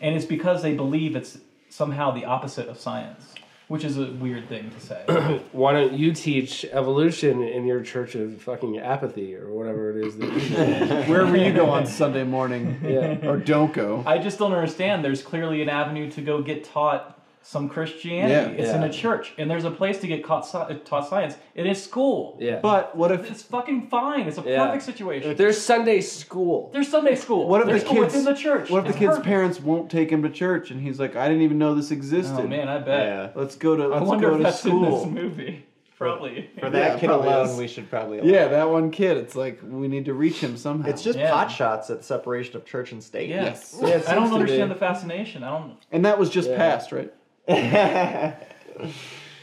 Speaker 6: And it's because they believe it's somehow the opposite of science, which is a weird thing to say.
Speaker 4: Why don't you teach evolution in your church of fucking apathy or whatever it is that you
Speaker 5: Wherever you go on Sunday morning, or don't go.
Speaker 6: I just don't understand. There's clearly an avenue to go get taught some Christianity.
Speaker 5: Yeah.
Speaker 6: it's in
Speaker 4: Yeah.
Speaker 6: a church, and there's a place to get caught, sci- taught science. It is school.
Speaker 4: Yeah.
Speaker 5: But what if
Speaker 6: It's fucking fine. It's a
Speaker 4: Yeah.
Speaker 6: perfect situation.
Speaker 4: There's Sunday school.
Speaker 6: There's Sunday school.
Speaker 5: What if
Speaker 6: There's
Speaker 5: the
Speaker 6: school
Speaker 5: kids-
Speaker 6: within the church?
Speaker 5: what if the
Speaker 6: It's
Speaker 5: kid's
Speaker 6: perfect.
Speaker 5: parents won't take him to church and he's like, I didn't even know this existed.
Speaker 6: Oh man, I bet.
Speaker 3: Yeah.
Speaker 5: Let's go to
Speaker 6: I
Speaker 5: let's
Speaker 6: wonder
Speaker 5: go
Speaker 6: if
Speaker 5: to
Speaker 6: that's in this
Speaker 5: school.
Speaker 6: movie. Probably.
Speaker 3: For that
Speaker 5: Yeah,
Speaker 3: kid
Speaker 5: probably
Speaker 3: alone,
Speaker 5: is.
Speaker 3: we should probably. Allow.
Speaker 5: Yeah, that one kid. It's like we need to reach him somehow.
Speaker 3: It's just
Speaker 6: Yeah.
Speaker 3: pot shots at separation of church and state.
Speaker 6: Yeah.
Speaker 5: Yes.
Speaker 6: Ooh,
Speaker 5: Yeah, it
Speaker 6: I don't
Speaker 5: seems to
Speaker 6: understand
Speaker 5: be.
Speaker 6: the fascination. I don't.
Speaker 5: and that was just passed, right?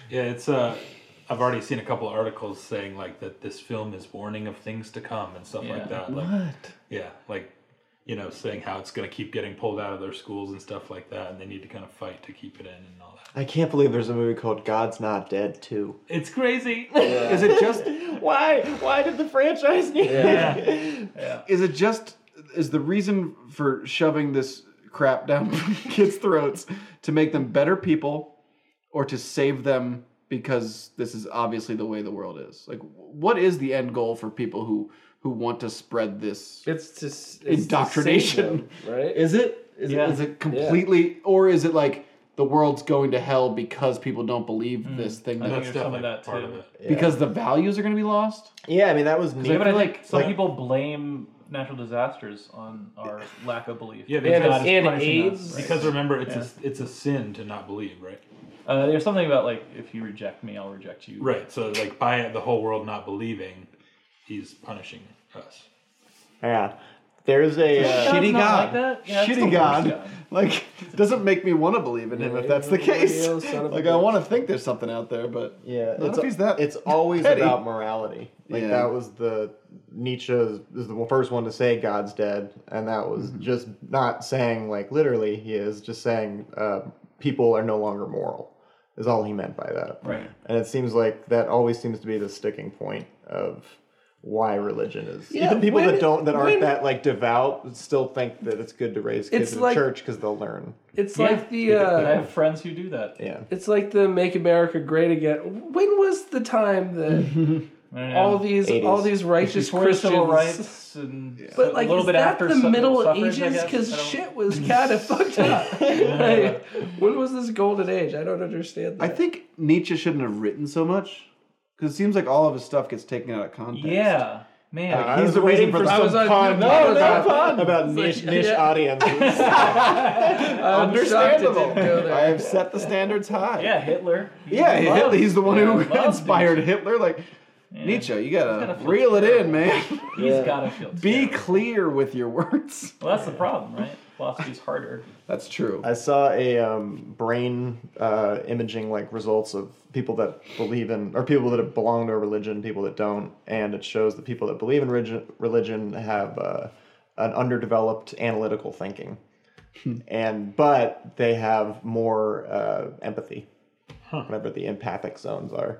Speaker 2: Yeah, it's uh I've already seen a couple articles saying like that this film is warning of things to come and stuff
Speaker 6: Yeah.
Speaker 2: like that. Like,
Speaker 5: What?
Speaker 2: Yeah, like you know, saying how it's going to keep getting pulled out of their schools and stuff like that, and they need to kind of fight to keep it in and all that.
Speaker 3: I can't believe there's a movie called God's Not Dead too.
Speaker 2: It's crazy.
Speaker 5: Is it just
Speaker 3: Why? Why did the franchise need?
Speaker 2: Yeah.
Speaker 5: is it just is the reason for shoving this crap down kids' throats to make them better people or to save them because this is obviously the way the world is? Like what is the end goal for people who who want to spread this
Speaker 4: It's just
Speaker 5: indoctrination.
Speaker 4: right?
Speaker 5: Is it? Is,
Speaker 6: Yeah.
Speaker 5: it, is it completely, or is it like the world's going to hell because people don't believe this thing?
Speaker 6: Mm. I
Speaker 5: That,
Speaker 2: That's
Speaker 6: think there's some
Speaker 2: definitely
Speaker 6: of that
Speaker 2: part
Speaker 6: too.
Speaker 2: of it.
Speaker 5: Because the values are going to be lost.
Speaker 3: Yeah, I mean that was
Speaker 6: Yeah,
Speaker 3: neat.
Speaker 6: but I think
Speaker 5: like-
Speaker 6: some
Speaker 5: like-
Speaker 6: people blame natural disasters on our lack of belief.
Speaker 2: Yeah,
Speaker 4: And,
Speaker 2: because,
Speaker 6: God is
Speaker 4: and
Speaker 6: punishing us.
Speaker 4: AIDS.
Speaker 2: because remember, it's a, it's a sin to not believe, right?
Speaker 6: Uh, there's something about like if you reject me, I'll reject you.
Speaker 2: Right. So like by the whole world not believing, he's punishing us.
Speaker 3: Yeah. There's a uh,
Speaker 6: God's
Speaker 5: Shitty
Speaker 6: not
Speaker 5: God.
Speaker 6: Like that. Yeah, it's the
Speaker 5: Shitty
Speaker 6: worst
Speaker 5: God. Like, doesn't make me want to believe in him if that's the case.
Speaker 4: Son of a
Speaker 5: Like, I
Speaker 4: bitch.
Speaker 5: want to think there's something out there, but
Speaker 3: yeah.
Speaker 5: not
Speaker 3: It's,
Speaker 5: if he's that.
Speaker 3: it's always
Speaker 5: petty.
Speaker 3: about morality. Like
Speaker 5: Yeah.
Speaker 3: that was the Nietzsche is is the first one to say God's dead, and that was
Speaker 5: Mm-hmm.
Speaker 3: just not saying like literally he is, just saying uh, people are no longer moral. Is all he meant by that.
Speaker 6: Right.
Speaker 3: And it seems like that always seemes to be the sticking point of why religion is.
Speaker 5: Yeah,
Speaker 3: Even people
Speaker 5: when-
Speaker 3: that don't that aren't
Speaker 5: when-
Speaker 3: that like devout still think that it's good to raise kids
Speaker 4: It's
Speaker 3: in
Speaker 4: like-
Speaker 3: church because they'll learn.
Speaker 4: It's
Speaker 6: Yeah.
Speaker 4: like the
Speaker 6: I
Speaker 4: uh,
Speaker 6: have friends who do that.
Speaker 3: Yeah.
Speaker 4: it's like the Make America Great Again. When was the time
Speaker 6: Mm-hmm.
Speaker 4: that
Speaker 6: And
Speaker 4: all these all
Speaker 3: 80s.
Speaker 4: these righteous
Speaker 6: before the civil
Speaker 4: Christians?
Speaker 6: rights and
Speaker 4: But like,
Speaker 6: a little
Speaker 4: is
Speaker 6: bit
Speaker 4: that
Speaker 6: after
Speaker 4: the
Speaker 6: su-
Speaker 4: Middle
Speaker 6: suffrage, I
Speaker 4: Ages?
Speaker 6: guess? I
Speaker 4: Because
Speaker 6: don't-
Speaker 4: shit was kind of fucked up. Like, when was this golden age? I don't understand
Speaker 5: I
Speaker 4: that.
Speaker 5: think Nietzsche shouldn't have written so much because it seems like all of his stuff gets taken out of context.
Speaker 6: Yeah, man.
Speaker 3: I
Speaker 5: He's
Speaker 3: was
Speaker 5: the reason
Speaker 3: waiting
Speaker 5: for
Speaker 3: for
Speaker 4: I was
Speaker 5: some
Speaker 4: on
Speaker 5: pun.
Speaker 4: no, no
Speaker 5: about-
Speaker 4: pun.
Speaker 3: About
Speaker 4: It's
Speaker 3: niche,
Speaker 4: like,
Speaker 3: niche
Speaker 4: yeah.
Speaker 3: audiences.
Speaker 4: I'm shocked it didn't go
Speaker 5: Understandable.
Speaker 4: there.
Speaker 5: I have set the standards high.
Speaker 6: yeah, Hitler. He
Speaker 5: Yeah, Hitler-
Speaker 6: loved-
Speaker 5: he's the one
Speaker 6: yeah, loved
Speaker 5: who inspired
Speaker 6: Nietzsche.
Speaker 5: Hitler. Like Nietzsche, you gotta
Speaker 6: gotta feel
Speaker 5: reel it in, man.
Speaker 6: He's gotta feel.
Speaker 5: Be
Speaker 6: terrible.
Speaker 5: clear with your words.
Speaker 6: Well, that's the problem, right? Philosophy's harder.
Speaker 5: That's true.
Speaker 3: I saw a um, brain uh, imaging like results of people that believe in or people that belong to a religion, people that don't, and it shows that people that believe in religion, religion have uh, an underdeveloped analytical thinking,
Speaker 5: Hmm.
Speaker 3: and but they have more uh, empathy, whatever the empathic zones are.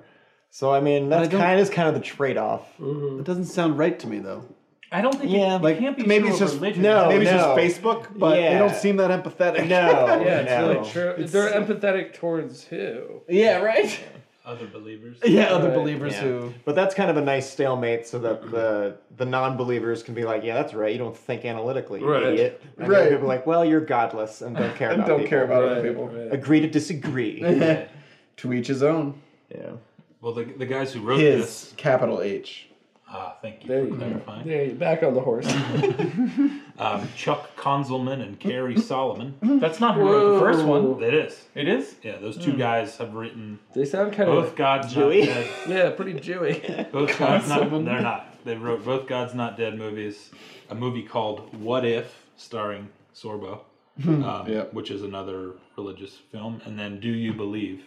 Speaker 3: So I mean, that's
Speaker 5: don't-
Speaker 3: kind of is kind of the trade off.
Speaker 5: It doesn't sound right to me though.
Speaker 6: I don't think.
Speaker 3: Yeah,
Speaker 6: it,
Speaker 5: like,
Speaker 6: it can't be
Speaker 5: maybe
Speaker 6: true
Speaker 5: it's
Speaker 6: of
Speaker 5: just-
Speaker 6: religion.
Speaker 3: no,
Speaker 5: Maybe
Speaker 3: no.
Speaker 5: it's just Facebook, but they
Speaker 3: Yeah.
Speaker 5: don't seem that empathetic.
Speaker 3: No,
Speaker 4: yeah, it's
Speaker 3: no.
Speaker 4: really true. They're empathetic towards who?
Speaker 5: yeah, right.
Speaker 2: Other believers.
Speaker 5: Yeah, other
Speaker 4: Right.
Speaker 5: believers
Speaker 3: Yeah.
Speaker 5: who.
Speaker 3: But that's kind of a nice stalemate, so that the the non-believers can be like, "Yeah, that's right. You don't think analytically, you
Speaker 4: Right.
Speaker 3: idiot." And
Speaker 5: Right.
Speaker 3: right. People are like, "Well, you're godless and don't care
Speaker 5: And
Speaker 3: about
Speaker 5: don't
Speaker 3: people."
Speaker 5: care about other
Speaker 4: Right,
Speaker 5: people.
Speaker 4: right.
Speaker 3: Agree to disagree.
Speaker 5: To each his own.
Speaker 3: yeah.
Speaker 2: Well, the, the guys who wrote this.
Speaker 5: His capital H.
Speaker 2: Ah, thank you
Speaker 4: There
Speaker 2: for
Speaker 4: you go.
Speaker 2: clarifying.
Speaker 4: Yeah, you're back on the horse.
Speaker 2: Um, Chuck Konzelman and Carrie Solomon.
Speaker 6: That's not who wrote the first one.
Speaker 2: It is.
Speaker 6: It is.
Speaker 2: Yeah, those two guys have written
Speaker 4: They sound kind
Speaker 2: both
Speaker 4: of
Speaker 2: God's
Speaker 3: Jewy.
Speaker 2: Not Dead.
Speaker 4: yeah, pretty Jewy.
Speaker 2: Both God's Not. They're not. They wrote both God's Not Dead movies. A movie called What If, starring Sorbo, um,
Speaker 5: Yeah.
Speaker 2: which is another religious film, and then Do You Believe,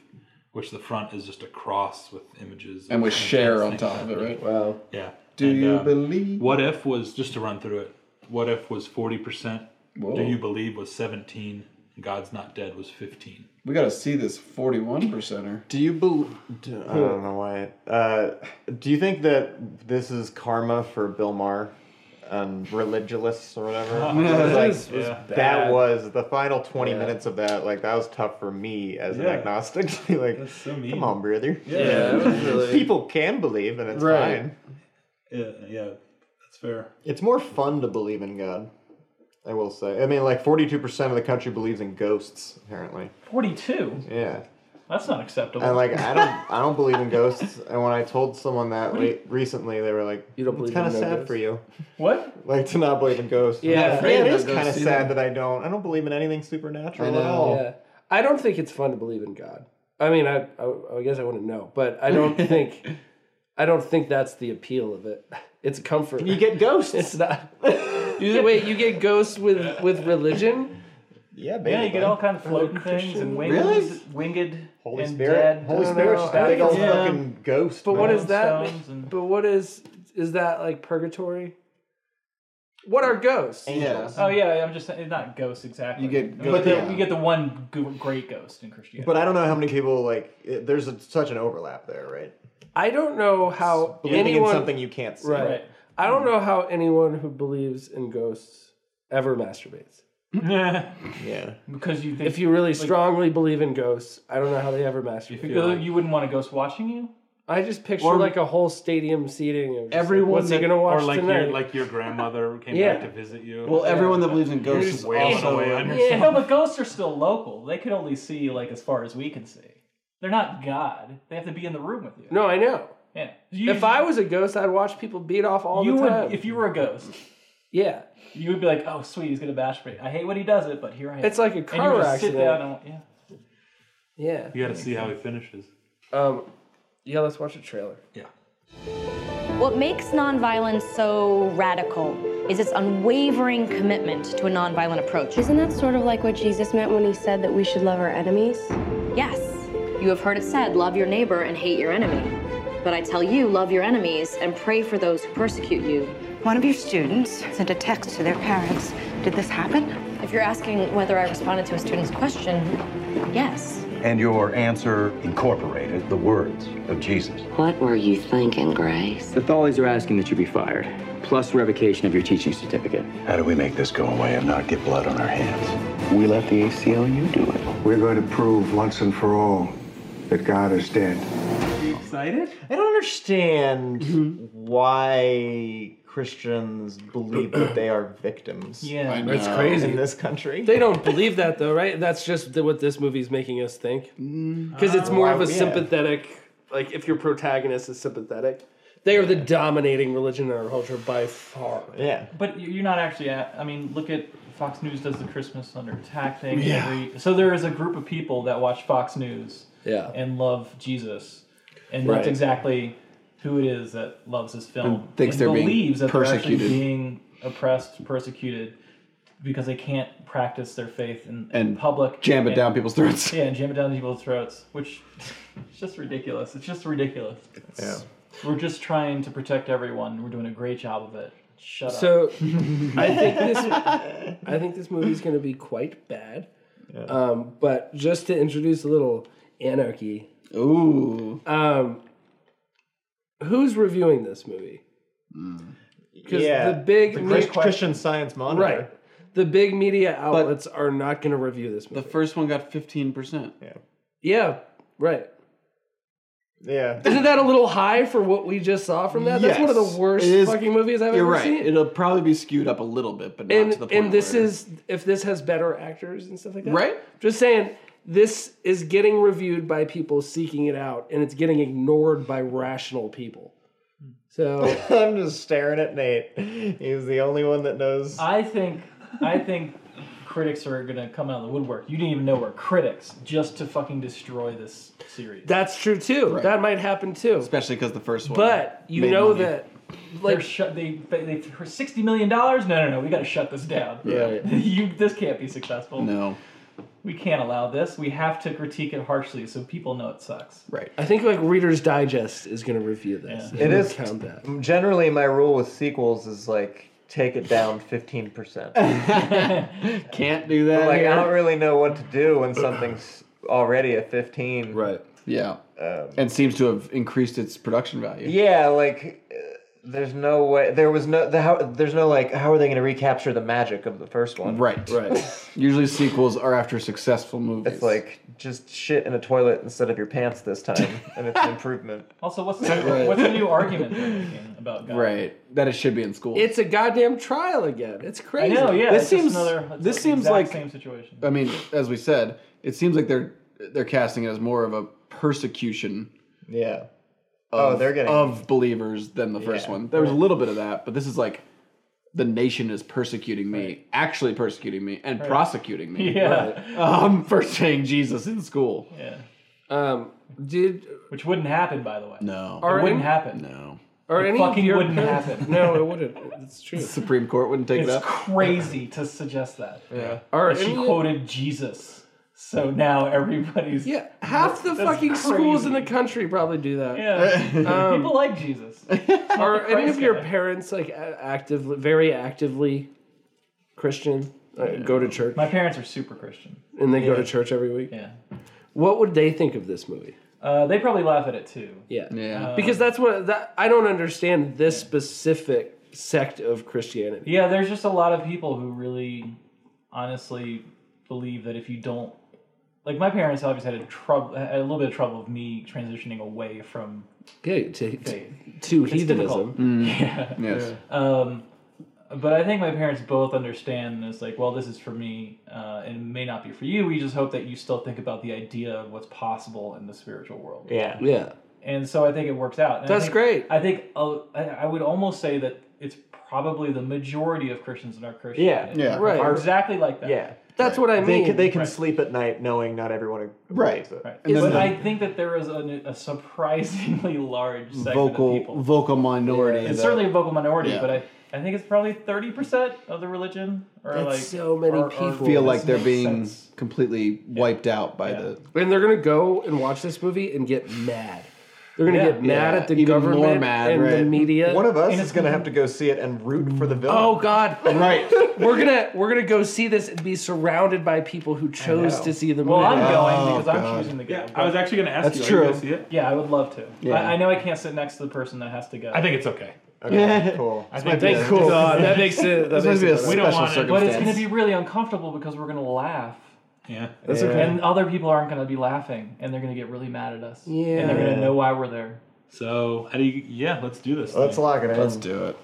Speaker 2: which the front is just a cross with images
Speaker 5: And with
Speaker 2: things
Speaker 5: share on
Speaker 2: like
Speaker 5: top
Speaker 2: that.
Speaker 5: of it, right?
Speaker 3: Wow.
Speaker 2: Yeah.
Speaker 5: Do
Speaker 2: And,
Speaker 5: you
Speaker 2: uh,
Speaker 5: believe?
Speaker 2: What if was just to run through it? What if was forty percent? Do you believe was seventeen? God's not dead was fifteen.
Speaker 7: We gotta see this 41 percenter.
Speaker 5: Do you believe?
Speaker 3: I don't know why. Uh, do you think that this is karma for Bill Maher and religious or whatever?
Speaker 4: This was
Speaker 2: Yeah.
Speaker 3: That was the final twenty minutes of that. Like that was tough for me as an
Speaker 2: Yeah.
Speaker 3: agnostic to be like,
Speaker 2: That's so mean.
Speaker 3: "Come on, brother."
Speaker 4: yeah, it was really
Speaker 3: People can believe, and it's
Speaker 4: Right.
Speaker 3: fine.
Speaker 2: Yeah, yeah, that's fair.
Speaker 3: It's more fun to believe in God. I will say. I mean, like forty-two percent of the country believes in ghosts. Apparently,
Speaker 6: Forty-two.
Speaker 3: yeah.
Speaker 6: That's not acceptable.
Speaker 3: And like, I don't, I don't believe in ghosts. And when I told someone that late, recently, they were like,
Speaker 4: You don't
Speaker 3: "It's
Speaker 4: believe
Speaker 3: kind of
Speaker 4: in no
Speaker 3: sad
Speaker 4: ghosts?
Speaker 3: for you,
Speaker 6: what?
Speaker 3: like to not believe in ghosts."
Speaker 4: Yeah,
Speaker 3: I'm like,
Speaker 4: afraid
Speaker 3: yeah,
Speaker 4: of
Speaker 3: it
Speaker 4: no
Speaker 3: is kind of
Speaker 4: ghosts
Speaker 3: sad
Speaker 4: either."
Speaker 3: that I don't. I don't believe in anything supernatural
Speaker 5: I
Speaker 3: at
Speaker 5: know.
Speaker 3: all.
Speaker 4: Yeah, I don't think it's fun to believe in God. I mean, I I, I guess I wouldn't know, but I don't think I don't think that's the appeal of it. It's a comfort.
Speaker 3: You get ghosts.
Speaker 4: it's not. You, wait, you get ghosts with with religion?
Speaker 3: yeah, baby.
Speaker 6: Yeah, you get
Speaker 3: bud.
Speaker 6: all kind of floating things and winged,
Speaker 5: Really?
Speaker 6: winged
Speaker 3: Holy
Speaker 6: and
Speaker 3: Spirit.
Speaker 6: dead.
Speaker 3: Holy
Speaker 6: uh,
Speaker 3: Spirit's just a big old
Speaker 6: Yeah.
Speaker 3: fucking ghost.
Speaker 4: But what
Speaker 3: man.
Speaker 4: is that?
Speaker 6: Stones and-
Speaker 4: But what is is that like purgatory? What are ghosts?
Speaker 5: Yeah.
Speaker 6: Oh yeah, I'm just saying, it's not ghosts exactly.
Speaker 5: You get
Speaker 6: I mean,
Speaker 5: ghosts,
Speaker 6: but the,
Speaker 5: yeah.
Speaker 6: you get the one g- great ghost in Christianity.
Speaker 3: But I don't know how many people like. It, there's a, such an overlap there, right?
Speaker 4: I don't know how
Speaker 3: Believing
Speaker 4: anyone
Speaker 3: in something you can't see.
Speaker 4: right.
Speaker 6: Right.
Speaker 4: I don't know how anyone who believes in ghosts ever masturbates.
Speaker 3: Yeah.
Speaker 6: because you think
Speaker 4: If you really strongly believe in ghosts, I don't know how they ever masturbate.
Speaker 6: because you wouldn't want a ghost watching you.
Speaker 4: I just picture
Speaker 5: Or-
Speaker 4: like a whole stadium seating. Of just like,
Speaker 5: Everyone
Speaker 4: what's he
Speaker 5: that-
Speaker 4: gonna watch
Speaker 2: Or like
Speaker 4: tonight?
Speaker 2: your like your grandmother came
Speaker 4: Yeah.
Speaker 2: back to visit you.
Speaker 5: Well, everyone that believes in ghosts
Speaker 2: You're
Speaker 5: is
Speaker 2: just wailing
Speaker 5: also.
Speaker 2: away on your-
Speaker 4: yeah.
Speaker 6: No, but ghosts are still local. They could only see like as far as we can see. They're not God. They have to be in the room with you.
Speaker 4: No, I know.
Speaker 6: Yeah. You,
Speaker 4: If I was a ghost, I'd watch people beat off all
Speaker 6: you
Speaker 4: the
Speaker 6: would
Speaker 4: time.
Speaker 6: if you were a ghost,
Speaker 4: Yeah,
Speaker 6: You would be like, oh, sweet, he's gonna bash me. I hate when he does it, but here I am.
Speaker 4: it's like a
Speaker 6: and you
Speaker 4: car
Speaker 6: would just sit
Speaker 4: accident.
Speaker 6: down and yeah.
Speaker 4: Yeah.
Speaker 2: You got to see how he finishes.
Speaker 4: Um, yeah. Let's watch a trailer.
Speaker 2: Yeah.
Speaker 8: What makes nonviolence so radical is its unwavering commitment to a nonviolent approach.
Speaker 9: Isn't that sort of like what Jesus meant when he said that we should love our enemies?
Speaker 8: Yes, you have heard it said, love your neighbor and hate your enemy. But I tell you, love your enemies and pray for those who persecute you.
Speaker 10: One of your students sent a text to their parents. Did this happen?
Speaker 8: If you're asking whether I responded to a student's question, yes.
Speaker 11: And your answer incorporated the words of Jesus.
Speaker 10: What were you thinking, Grace?
Speaker 12: The Thales are asking that you be fired, plus revocation of your teaching certificate.
Speaker 11: How do we make this go away and not get blood on our hands? We let the ACLU do it. We're going to prove once and for all that God is dead.
Speaker 5: Excited?
Speaker 3: I don't understand
Speaker 4: Mm-hmm.
Speaker 3: why Christians believe that they are victims
Speaker 6: Yeah.
Speaker 5: I
Speaker 4: That's
Speaker 5: know.
Speaker 4: crazy.
Speaker 3: in this country.
Speaker 4: They don't believe that though, right? That's just the, what this movie's making us think. Because it's more of a
Speaker 3: yeah.
Speaker 4: sympathetic, like if your protagonist is sympathetic, they are the dominating religion in our culture by far.
Speaker 3: yeah.
Speaker 6: But you- you're not actually. At, I mean, look at Fox News does the Christmas under attack thing. Every, so there is a group of people that watch Fox News
Speaker 4: Yeah.
Speaker 6: and love Jesus, and
Speaker 4: Right.
Speaker 6: that's exactly who it is that loves this film
Speaker 1: And thinks they're being
Speaker 6: believes that they're actually
Speaker 1: persecuted.
Speaker 6: being oppressed, persecuted, because they can't practice their faith in, in
Speaker 5: And
Speaker 6: public.
Speaker 5: Jam it
Speaker 6: And-
Speaker 5: down people's throats.
Speaker 6: Yeah, and jam it down people's throats, which it's just ridiculous. It's just ridiculous.
Speaker 3: Yeah.
Speaker 6: We're just trying to protect everyone. We're doing a great job of it. Shut up.
Speaker 4: So I think this I think this movie's going to be quite bad. Um, but just to introduce a little anarchy,
Speaker 5: Ooh.
Speaker 4: um, who's reviewing this movie?
Speaker 5: Mm.
Speaker 4: Because
Speaker 3: Yeah.
Speaker 4: the big
Speaker 3: The
Speaker 4: me-
Speaker 3: Christ- Christian Science Monitor.
Speaker 4: right, the big media outlets are not going to review this
Speaker 5: The
Speaker 4: movie.
Speaker 5: first one got 15%.
Speaker 4: yeah, right.
Speaker 3: Yeah.
Speaker 4: Isn't that a little high for what we just saw from that? That's one of
Speaker 5: Yes.
Speaker 4: the worst
Speaker 5: It is-
Speaker 4: fucking movies I've
Speaker 5: You're
Speaker 4: ever
Speaker 5: right.
Speaker 4: seen.
Speaker 5: It'll probably be skewed up a little bit, but not
Speaker 4: and
Speaker 5: to the point
Speaker 4: and this
Speaker 5: where-
Speaker 4: is if this has better actors and stuff like that,
Speaker 5: Right.
Speaker 4: Just saying, this is getting reviewed by people seeking it out, and it's getting ignored by rational people. So
Speaker 3: I'm just staring at Nate. He's the only one that knows.
Speaker 6: I think I think critics are gonna come out of the woodwork. You didn't even know we're critics just to fucking destroy this series.
Speaker 4: that's true too. That might happen too.
Speaker 5: Especially because the first one.
Speaker 4: But you
Speaker 5: Made
Speaker 4: know
Speaker 5: money.
Speaker 4: that,
Speaker 6: They're
Speaker 4: like,
Speaker 6: shut. They they, they for sixty million dollars. No, no, no. We gotta shut this down.
Speaker 5: Right.
Speaker 6: you this can't be successful.
Speaker 5: No.
Speaker 6: We can't allow this. We have to critique it harshly so people know it sucks.
Speaker 5: Right.
Speaker 4: I think like Reader's Digest is going to review this.
Speaker 6: Yeah.
Speaker 4: and
Speaker 3: It is-
Speaker 4: count that.
Speaker 3: Generally, my rule with sequels is like take it down 15%.
Speaker 5: Can't do that.
Speaker 3: like, I
Speaker 5: here.
Speaker 3: don't really know what to do when something's already a 15.
Speaker 4: Right.
Speaker 5: Yeah.
Speaker 3: Um.
Speaker 5: and seems to have increased its production value.
Speaker 3: Yeah, like uh, there's no way there was no the how there's no like how are they going to recapture the magic of the first one?
Speaker 5: Right.
Speaker 4: Right.
Speaker 5: Usually sequels are after successful movies.
Speaker 3: It's like just shit in a toilet instead of your pants this time, and it's an improvement.
Speaker 6: Also, what's the, what's the new argument they're making about God?
Speaker 5: right that it should be in school.
Speaker 4: It's a goddamn trial again. It's
Speaker 6: I
Speaker 4: crazy.
Speaker 6: know. Yeah.
Speaker 5: This
Speaker 6: it's just
Speaker 5: seems-
Speaker 6: another. it's
Speaker 5: this
Speaker 6: the
Speaker 5: seems
Speaker 6: exact
Speaker 5: like-
Speaker 6: same situation.
Speaker 5: I mean, as we said, it seems like they're they're casting it as more of a persecution
Speaker 3: Yeah. oh,
Speaker 5: of,
Speaker 3: they're getting
Speaker 5: of believers than the first
Speaker 3: Yeah.
Speaker 5: one. There was a little bit of that, but this is like the nation is persecuting me, actually persecuting me, and prosecuting me
Speaker 6: Yeah.
Speaker 5: um, for saying Jesus in school.
Speaker 6: Yeah.
Speaker 4: Um, did
Speaker 6: Which wouldn't happen, by the way.
Speaker 5: No,
Speaker 6: It
Speaker 4: Are
Speaker 6: wouldn't
Speaker 4: any-
Speaker 6: happen.
Speaker 5: no.
Speaker 4: or
Speaker 6: It
Speaker 4: any of
Speaker 6: fucking
Speaker 4: your
Speaker 6: wouldn't
Speaker 4: parents-
Speaker 6: happen.
Speaker 4: No, it wouldn't. It's true.
Speaker 5: Supreme Court wouldn't take it
Speaker 6: It's
Speaker 5: up.
Speaker 6: crazy to suggest that. Yeah.
Speaker 4: Are
Speaker 6: She
Speaker 4: any of-
Speaker 6: quoted Jesus. So now everybody's.
Speaker 4: Yeah, half the
Speaker 6: That's
Speaker 4: fucking schools in the
Speaker 6: crazy.
Speaker 4: country probably do that.
Speaker 6: Yeah. People like Jesus.
Speaker 4: Are any of
Speaker 6: Christ
Speaker 4: your
Speaker 6: guy.
Speaker 4: parents like a- actively, very actively Christian? Uh, Go to church
Speaker 6: My parents are super Christian.
Speaker 4: and they go to church every week.
Speaker 6: Yeah.
Speaker 4: What would they think of this movie?
Speaker 6: Uh, they probably laugh at it too.
Speaker 4: Yeah,
Speaker 5: Yeah.
Speaker 4: because that's what that I don't understand this specific sect of Christianity.
Speaker 6: Yeah, there's just a lot of people who really honestly believe that if you don't like my parents obviously had a trouble had a little bit of trouble with me transitioning away from
Speaker 4: Okay, to, to,
Speaker 6: faith.
Speaker 4: to
Speaker 6: It's difficult.
Speaker 4: heathenism.
Speaker 5: Yes.
Speaker 6: Um, but I think my parents both understand. And it's like, well, this is for me, uh, and it may not be for you. We just hope that you still think about the idea of what's possible in the spiritual world.
Speaker 3: yeah.
Speaker 4: Yeah,
Speaker 6: And so I think it works out. And I
Speaker 4: That's
Speaker 6: think-
Speaker 4: great.
Speaker 6: I think uh, I I would almost say that it's probably the majority of Christians that are Christian.
Speaker 3: Yeah. Yeah. Right.
Speaker 6: Are exactly like that.
Speaker 3: Yeah.
Speaker 4: That's what I
Speaker 3: They
Speaker 4: mean.
Speaker 3: can, they can sleep at night knowing not everyone agrees with it.
Speaker 6: Right. but I think that there is an, a surprisingly large segment of people.
Speaker 5: vocal vocal minority.
Speaker 6: It's
Speaker 5: that-
Speaker 6: certainly a vocal minority,
Speaker 5: Yeah.
Speaker 6: but I, I think it's probably thirty percent of the religion, or
Speaker 4: That's
Speaker 6: like
Speaker 4: so many
Speaker 6: or- or-
Speaker 4: people.
Speaker 5: feel like
Speaker 6: This
Speaker 5: they're
Speaker 6: makes
Speaker 5: being
Speaker 6: sense.
Speaker 5: completely wiped out by the
Speaker 4: And they're gonna go and watch this movie and get mad. They're gonna
Speaker 5: Yeah.
Speaker 4: get mad
Speaker 5: Yeah,
Speaker 4: at the
Speaker 5: even more
Speaker 4: government
Speaker 5: mad,
Speaker 4: and the
Speaker 5: right.
Speaker 4: media.
Speaker 3: One of us is going to have to go see it and root for the villain.
Speaker 4: Oh God!
Speaker 5: Right.
Speaker 4: we're gonna we're gonna go see this and be surrounded by people who chose
Speaker 6: know.
Speaker 4: to see the movie.
Speaker 6: Well, I'm going
Speaker 5: Oh,
Speaker 6: because
Speaker 5: God.
Speaker 6: I'm choosing to go.
Speaker 2: I was actually going to ask
Speaker 5: That's
Speaker 2: you.
Speaker 5: true.
Speaker 2: Are you going to see it?
Speaker 6: Yeah, I would love to.
Speaker 5: Yeah.
Speaker 6: I, I know I can't sit next to the person that has to go.
Speaker 2: I think it's okay.
Speaker 5: Yeah.
Speaker 3: Cool.
Speaker 2: I think
Speaker 5: might be
Speaker 2: it's
Speaker 5: a-
Speaker 2: cool.
Speaker 4: God, that makes it. That
Speaker 5: This might be
Speaker 4: makes
Speaker 5: a
Speaker 4: it.
Speaker 2: We don't
Speaker 5: special
Speaker 2: want it.
Speaker 6: but it's going to
Speaker 5: circumstance.
Speaker 6: be really uncomfortable because we're going to laugh.
Speaker 2: Yeah.
Speaker 4: That's okay.
Speaker 6: And other people aren't going to be laughing, and they're going to get really mad at us.
Speaker 4: Yeah.
Speaker 6: And they're going to know why we're there.
Speaker 2: So how do you? Yeah, let's do this.
Speaker 3: Let's
Speaker 2: thing.
Speaker 3: lock it in.
Speaker 5: Let's do it.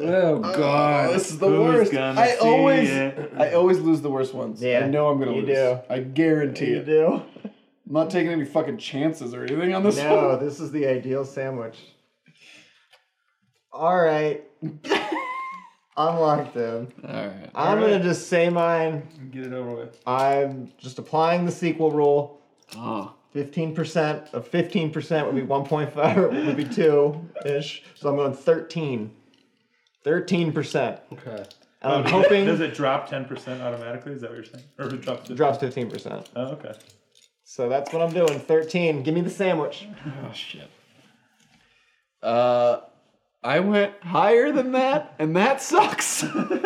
Speaker 4: Oh God!
Speaker 5: this is the
Speaker 2: Who's
Speaker 5: worst.
Speaker 2: gonna
Speaker 5: I
Speaker 2: see
Speaker 5: always,
Speaker 2: it?
Speaker 5: I always lose the worst ones.
Speaker 3: Yeah,
Speaker 5: I know I'm gonna
Speaker 3: you
Speaker 5: lose.
Speaker 3: do.
Speaker 5: I guarantee
Speaker 3: You
Speaker 5: it.
Speaker 3: do?
Speaker 5: I'm not taking any fucking chances or anything on this
Speaker 3: No,
Speaker 5: one.
Speaker 3: this is the ideal sandwich. All right. I'm locked in.
Speaker 5: All right.
Speaker 3: I'm going to just say mine.
Speaker 2: Get it over with.
Speaker 3: I'm just applying the sequel rule.
Speaker 5: Oh.
Speaker 3: 15% of 15% would be 1.5, would be 2 ish. So I'm going 13. 13%.
Speaker 4: Okay.
Speaker 3: And I'm hoping
Speaker 2: Does
Speaker 3: Um, it
Speaker 2: it drop ten percent automatically? Is that what you're saying? Or if it drops? It
Speaker 3: drops 15%.
Speaker 2: Oh, okay.
Speaker 3: So that's what I'm doing. 13. Give me the sandwich.
Speaker 5: Oh shit. Uh, I went higher than that, and that sucks. I,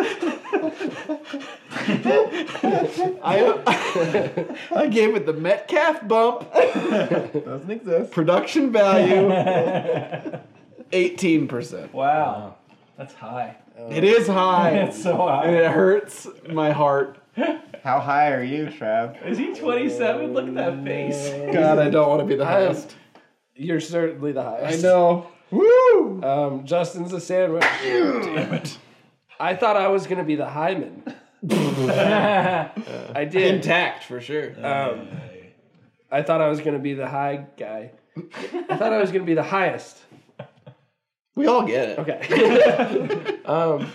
Speaker 5: I gave it the Metcalf bump.
Speaker 3: Doesn't exist.
Speaker 5: Production value, eighteen percent.
Speaker 6: Wow. That's high.
Speaker 5: It is high,
Speaker 6: That's so high.
Speaker 5: and it hurts my heart.
Speaker 3: How high are you, Trav?
Speaker 6: Is he 27? Look at that face.
Speaker 5: God, I don't want to be the highest.
Speaker 4: You're certainly the
Speaker 5: I
Speaker 4: highest.
Speaker 5: know. Woo!
Speaker 4: Um, Justin's a sandwich.
Speaker 5: Damn it.
Speaker 4: I thought I was gonna be the Hyman. I did.
Speaker 5: Intact for sure.
Speaker 4: Um, I thought I was gonna be the high guy. I thought I was gonna be the highest.
Speaker 5: we all get it.
Speaker 4: Okay. um,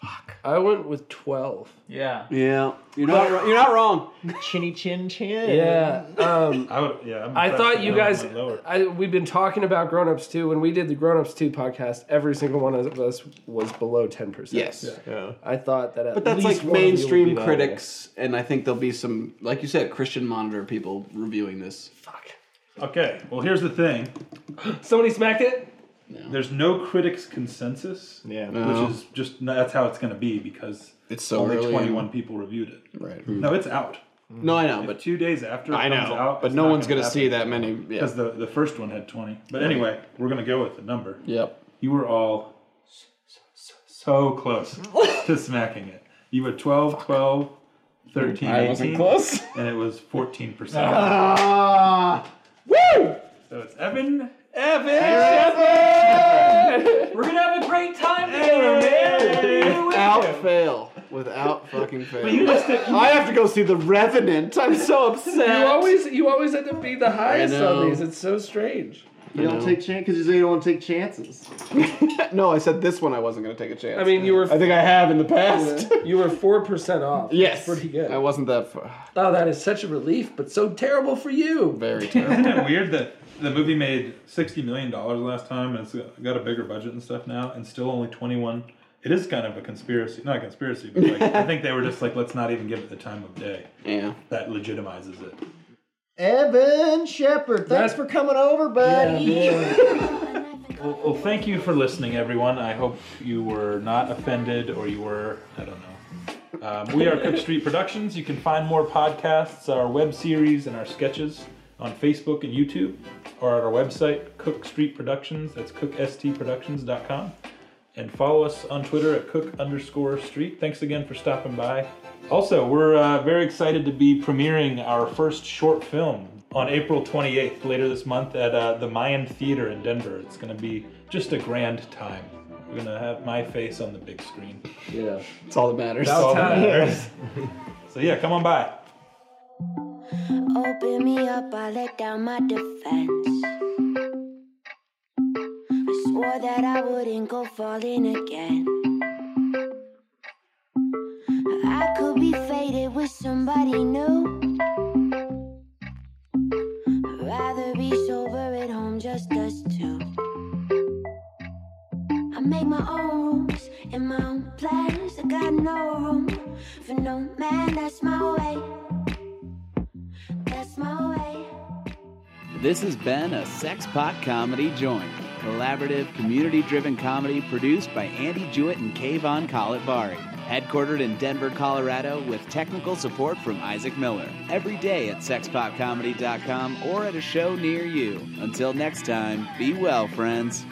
Speaker 4: Fuck. I went with twelve.
Speaker 6: Yeah.
Speaker 5: Yeah, you're not. wrong- You're not wrong.
Speaker 3: Chinny chin chin.
Speaker 4: Yeah. Um,
Speaker 2: I would. Yeah. I'm
Speaker 4: I
Speaker 2: impressed
Speaker 4: thought
Speaker 2: that
Speaker 4: you
Speaker 2: that one
Speaker 4: guys.
Speaker 2: went Lower.
Speaker 4: I, we've been talking about Grown Ups too. When we did the Grown Ups Two podcast, every single one of us was below ten percent.
Speaker 5: Yes.
Speaker 3: Yeah.
Speaker 4: I thought that. At
Speaker 5: But that's
Speaker 4: least
Speaker 5: like
Speaker 4: one of you would be
Speaker 5: mainstream
Speaker 4: that
Speaker 5: critics, and I think there'll be some, like you said, Christian monitor people reviewing this.
Speaker 4: way. Fuck.
Speaker 2: Okay. Well, here's the thing.
Speaker 4: Somebody smacked it.
Speaker 2: There's no critics consensus.
Speaker 3: Yeah.
Speaker 5: No.
Speaker 2: Which is just that's how it's going to be because
Speaker 5: It's so
Speaker 2: only
Speaker 5: early
Speaker 2: 21 people reviewed it.
Speaker 5: Right.
Speaker 2: No, it's out.
Speaker 5: Hmm. No, I know, but
Speaker 2: Two days after it
Speaker 5: I
Speaker 2: comes
Speaker 5: know,
Speaker 2: out,
Speaker 5: but no one's gonna see that many. Yeah.
Speaker 2: because the the first one had 20. But anyway, we're gonna go with the number.
Speaker 5: Yep.
Speaker 2: You were all so, so, so close to smacking it. You were 12, 12, 13, 18,
Speaker 5: close.
Speaker 2: and it was 14 percent.
Speaker 5: Ah. Woo!
Speaker 2: So it's Evan.
Speaker 6: We're going to have a great time together, man.
Speaker 5: Without fail. Without fucking
Speaker 6: You
Speaker 5: fail.
Speaker 6: just did-
Speaker 5: I have to go see The Revenant. I'm so upset.
Speaker 4: You always, you always end up being the highest
Speaker 5: know.
Speaker 4: on these. It's so strange.
Speaker 3: You don't take chance because you say you don't want to take chances.
Speaker 5: no, I said this one I wasn't going to take a chance.
Speaker 4: I mean, you were,
Speaker 5: I think I have in the past.
Speaker 4: you were four percent off.
Speaker 5: yes.
Speaker 4: That's pretty good.
Speaker 5: I wasn't that far.
Speaker 4: Oh, that is such a relief, but so terrible for you.
Speaker 5: Very terrible.
Speaker 2: Isn't it weird that the movie made sixty million dollars last time and it's got a bigger budget and stuff now, and still only twenty one? It is kind of a conspiracy, not a conspiracy, but like, I think they were just like, let's not even give it the time of day.
Speaker 5: yeah.
Speaker 2: That legitimizes it.
Speaker 3: Evan Shepard, thanks
Speaker 4: That's-
Speaker 3: for coming over, buddy.
Speaker 2: Well, well, thank you for listening, everyone. I hope you were not offended, or you were. I don't know. Um, we are Cook Street Productions. You can find more podcasts, our web series, and our sketches on Facebook and YouTube, or at our website, Cook Street Productions. That's cookstproductions.com. And follow us on Twitter at cook underscore street. Thanks again for stopping by. Also, we're uh, very excited to be premiering our first short film on April 28th, later this month, at uh, the Mayan Theater in Denver. It's going to be just a grand time. We're going to have my face on the big screen.
Speaker 4: Yeah.
Speaker 5: It's all that matters.
Speaker 2: All that matters. so, yeah, come on by.
Speaker 13: Open me up, I let down my defense. I swore that I wouldn't go falling again. I could be faded with somebody new. Rather be sober at home, just us two. I make my own rules and my own plans. I got no room for no man. That's my way. That's my way.
Speaker 1: This has been a Sexpot Comedy Joint, collaborative, community driven comedy produced by Andy Jewett and Kayvon Kalatvari. Headquartered in Denver, Colorado, with technical support from Isaac Miller. Every day at sexpopcomedy.com or at a show near you. Until next time, be well, friends.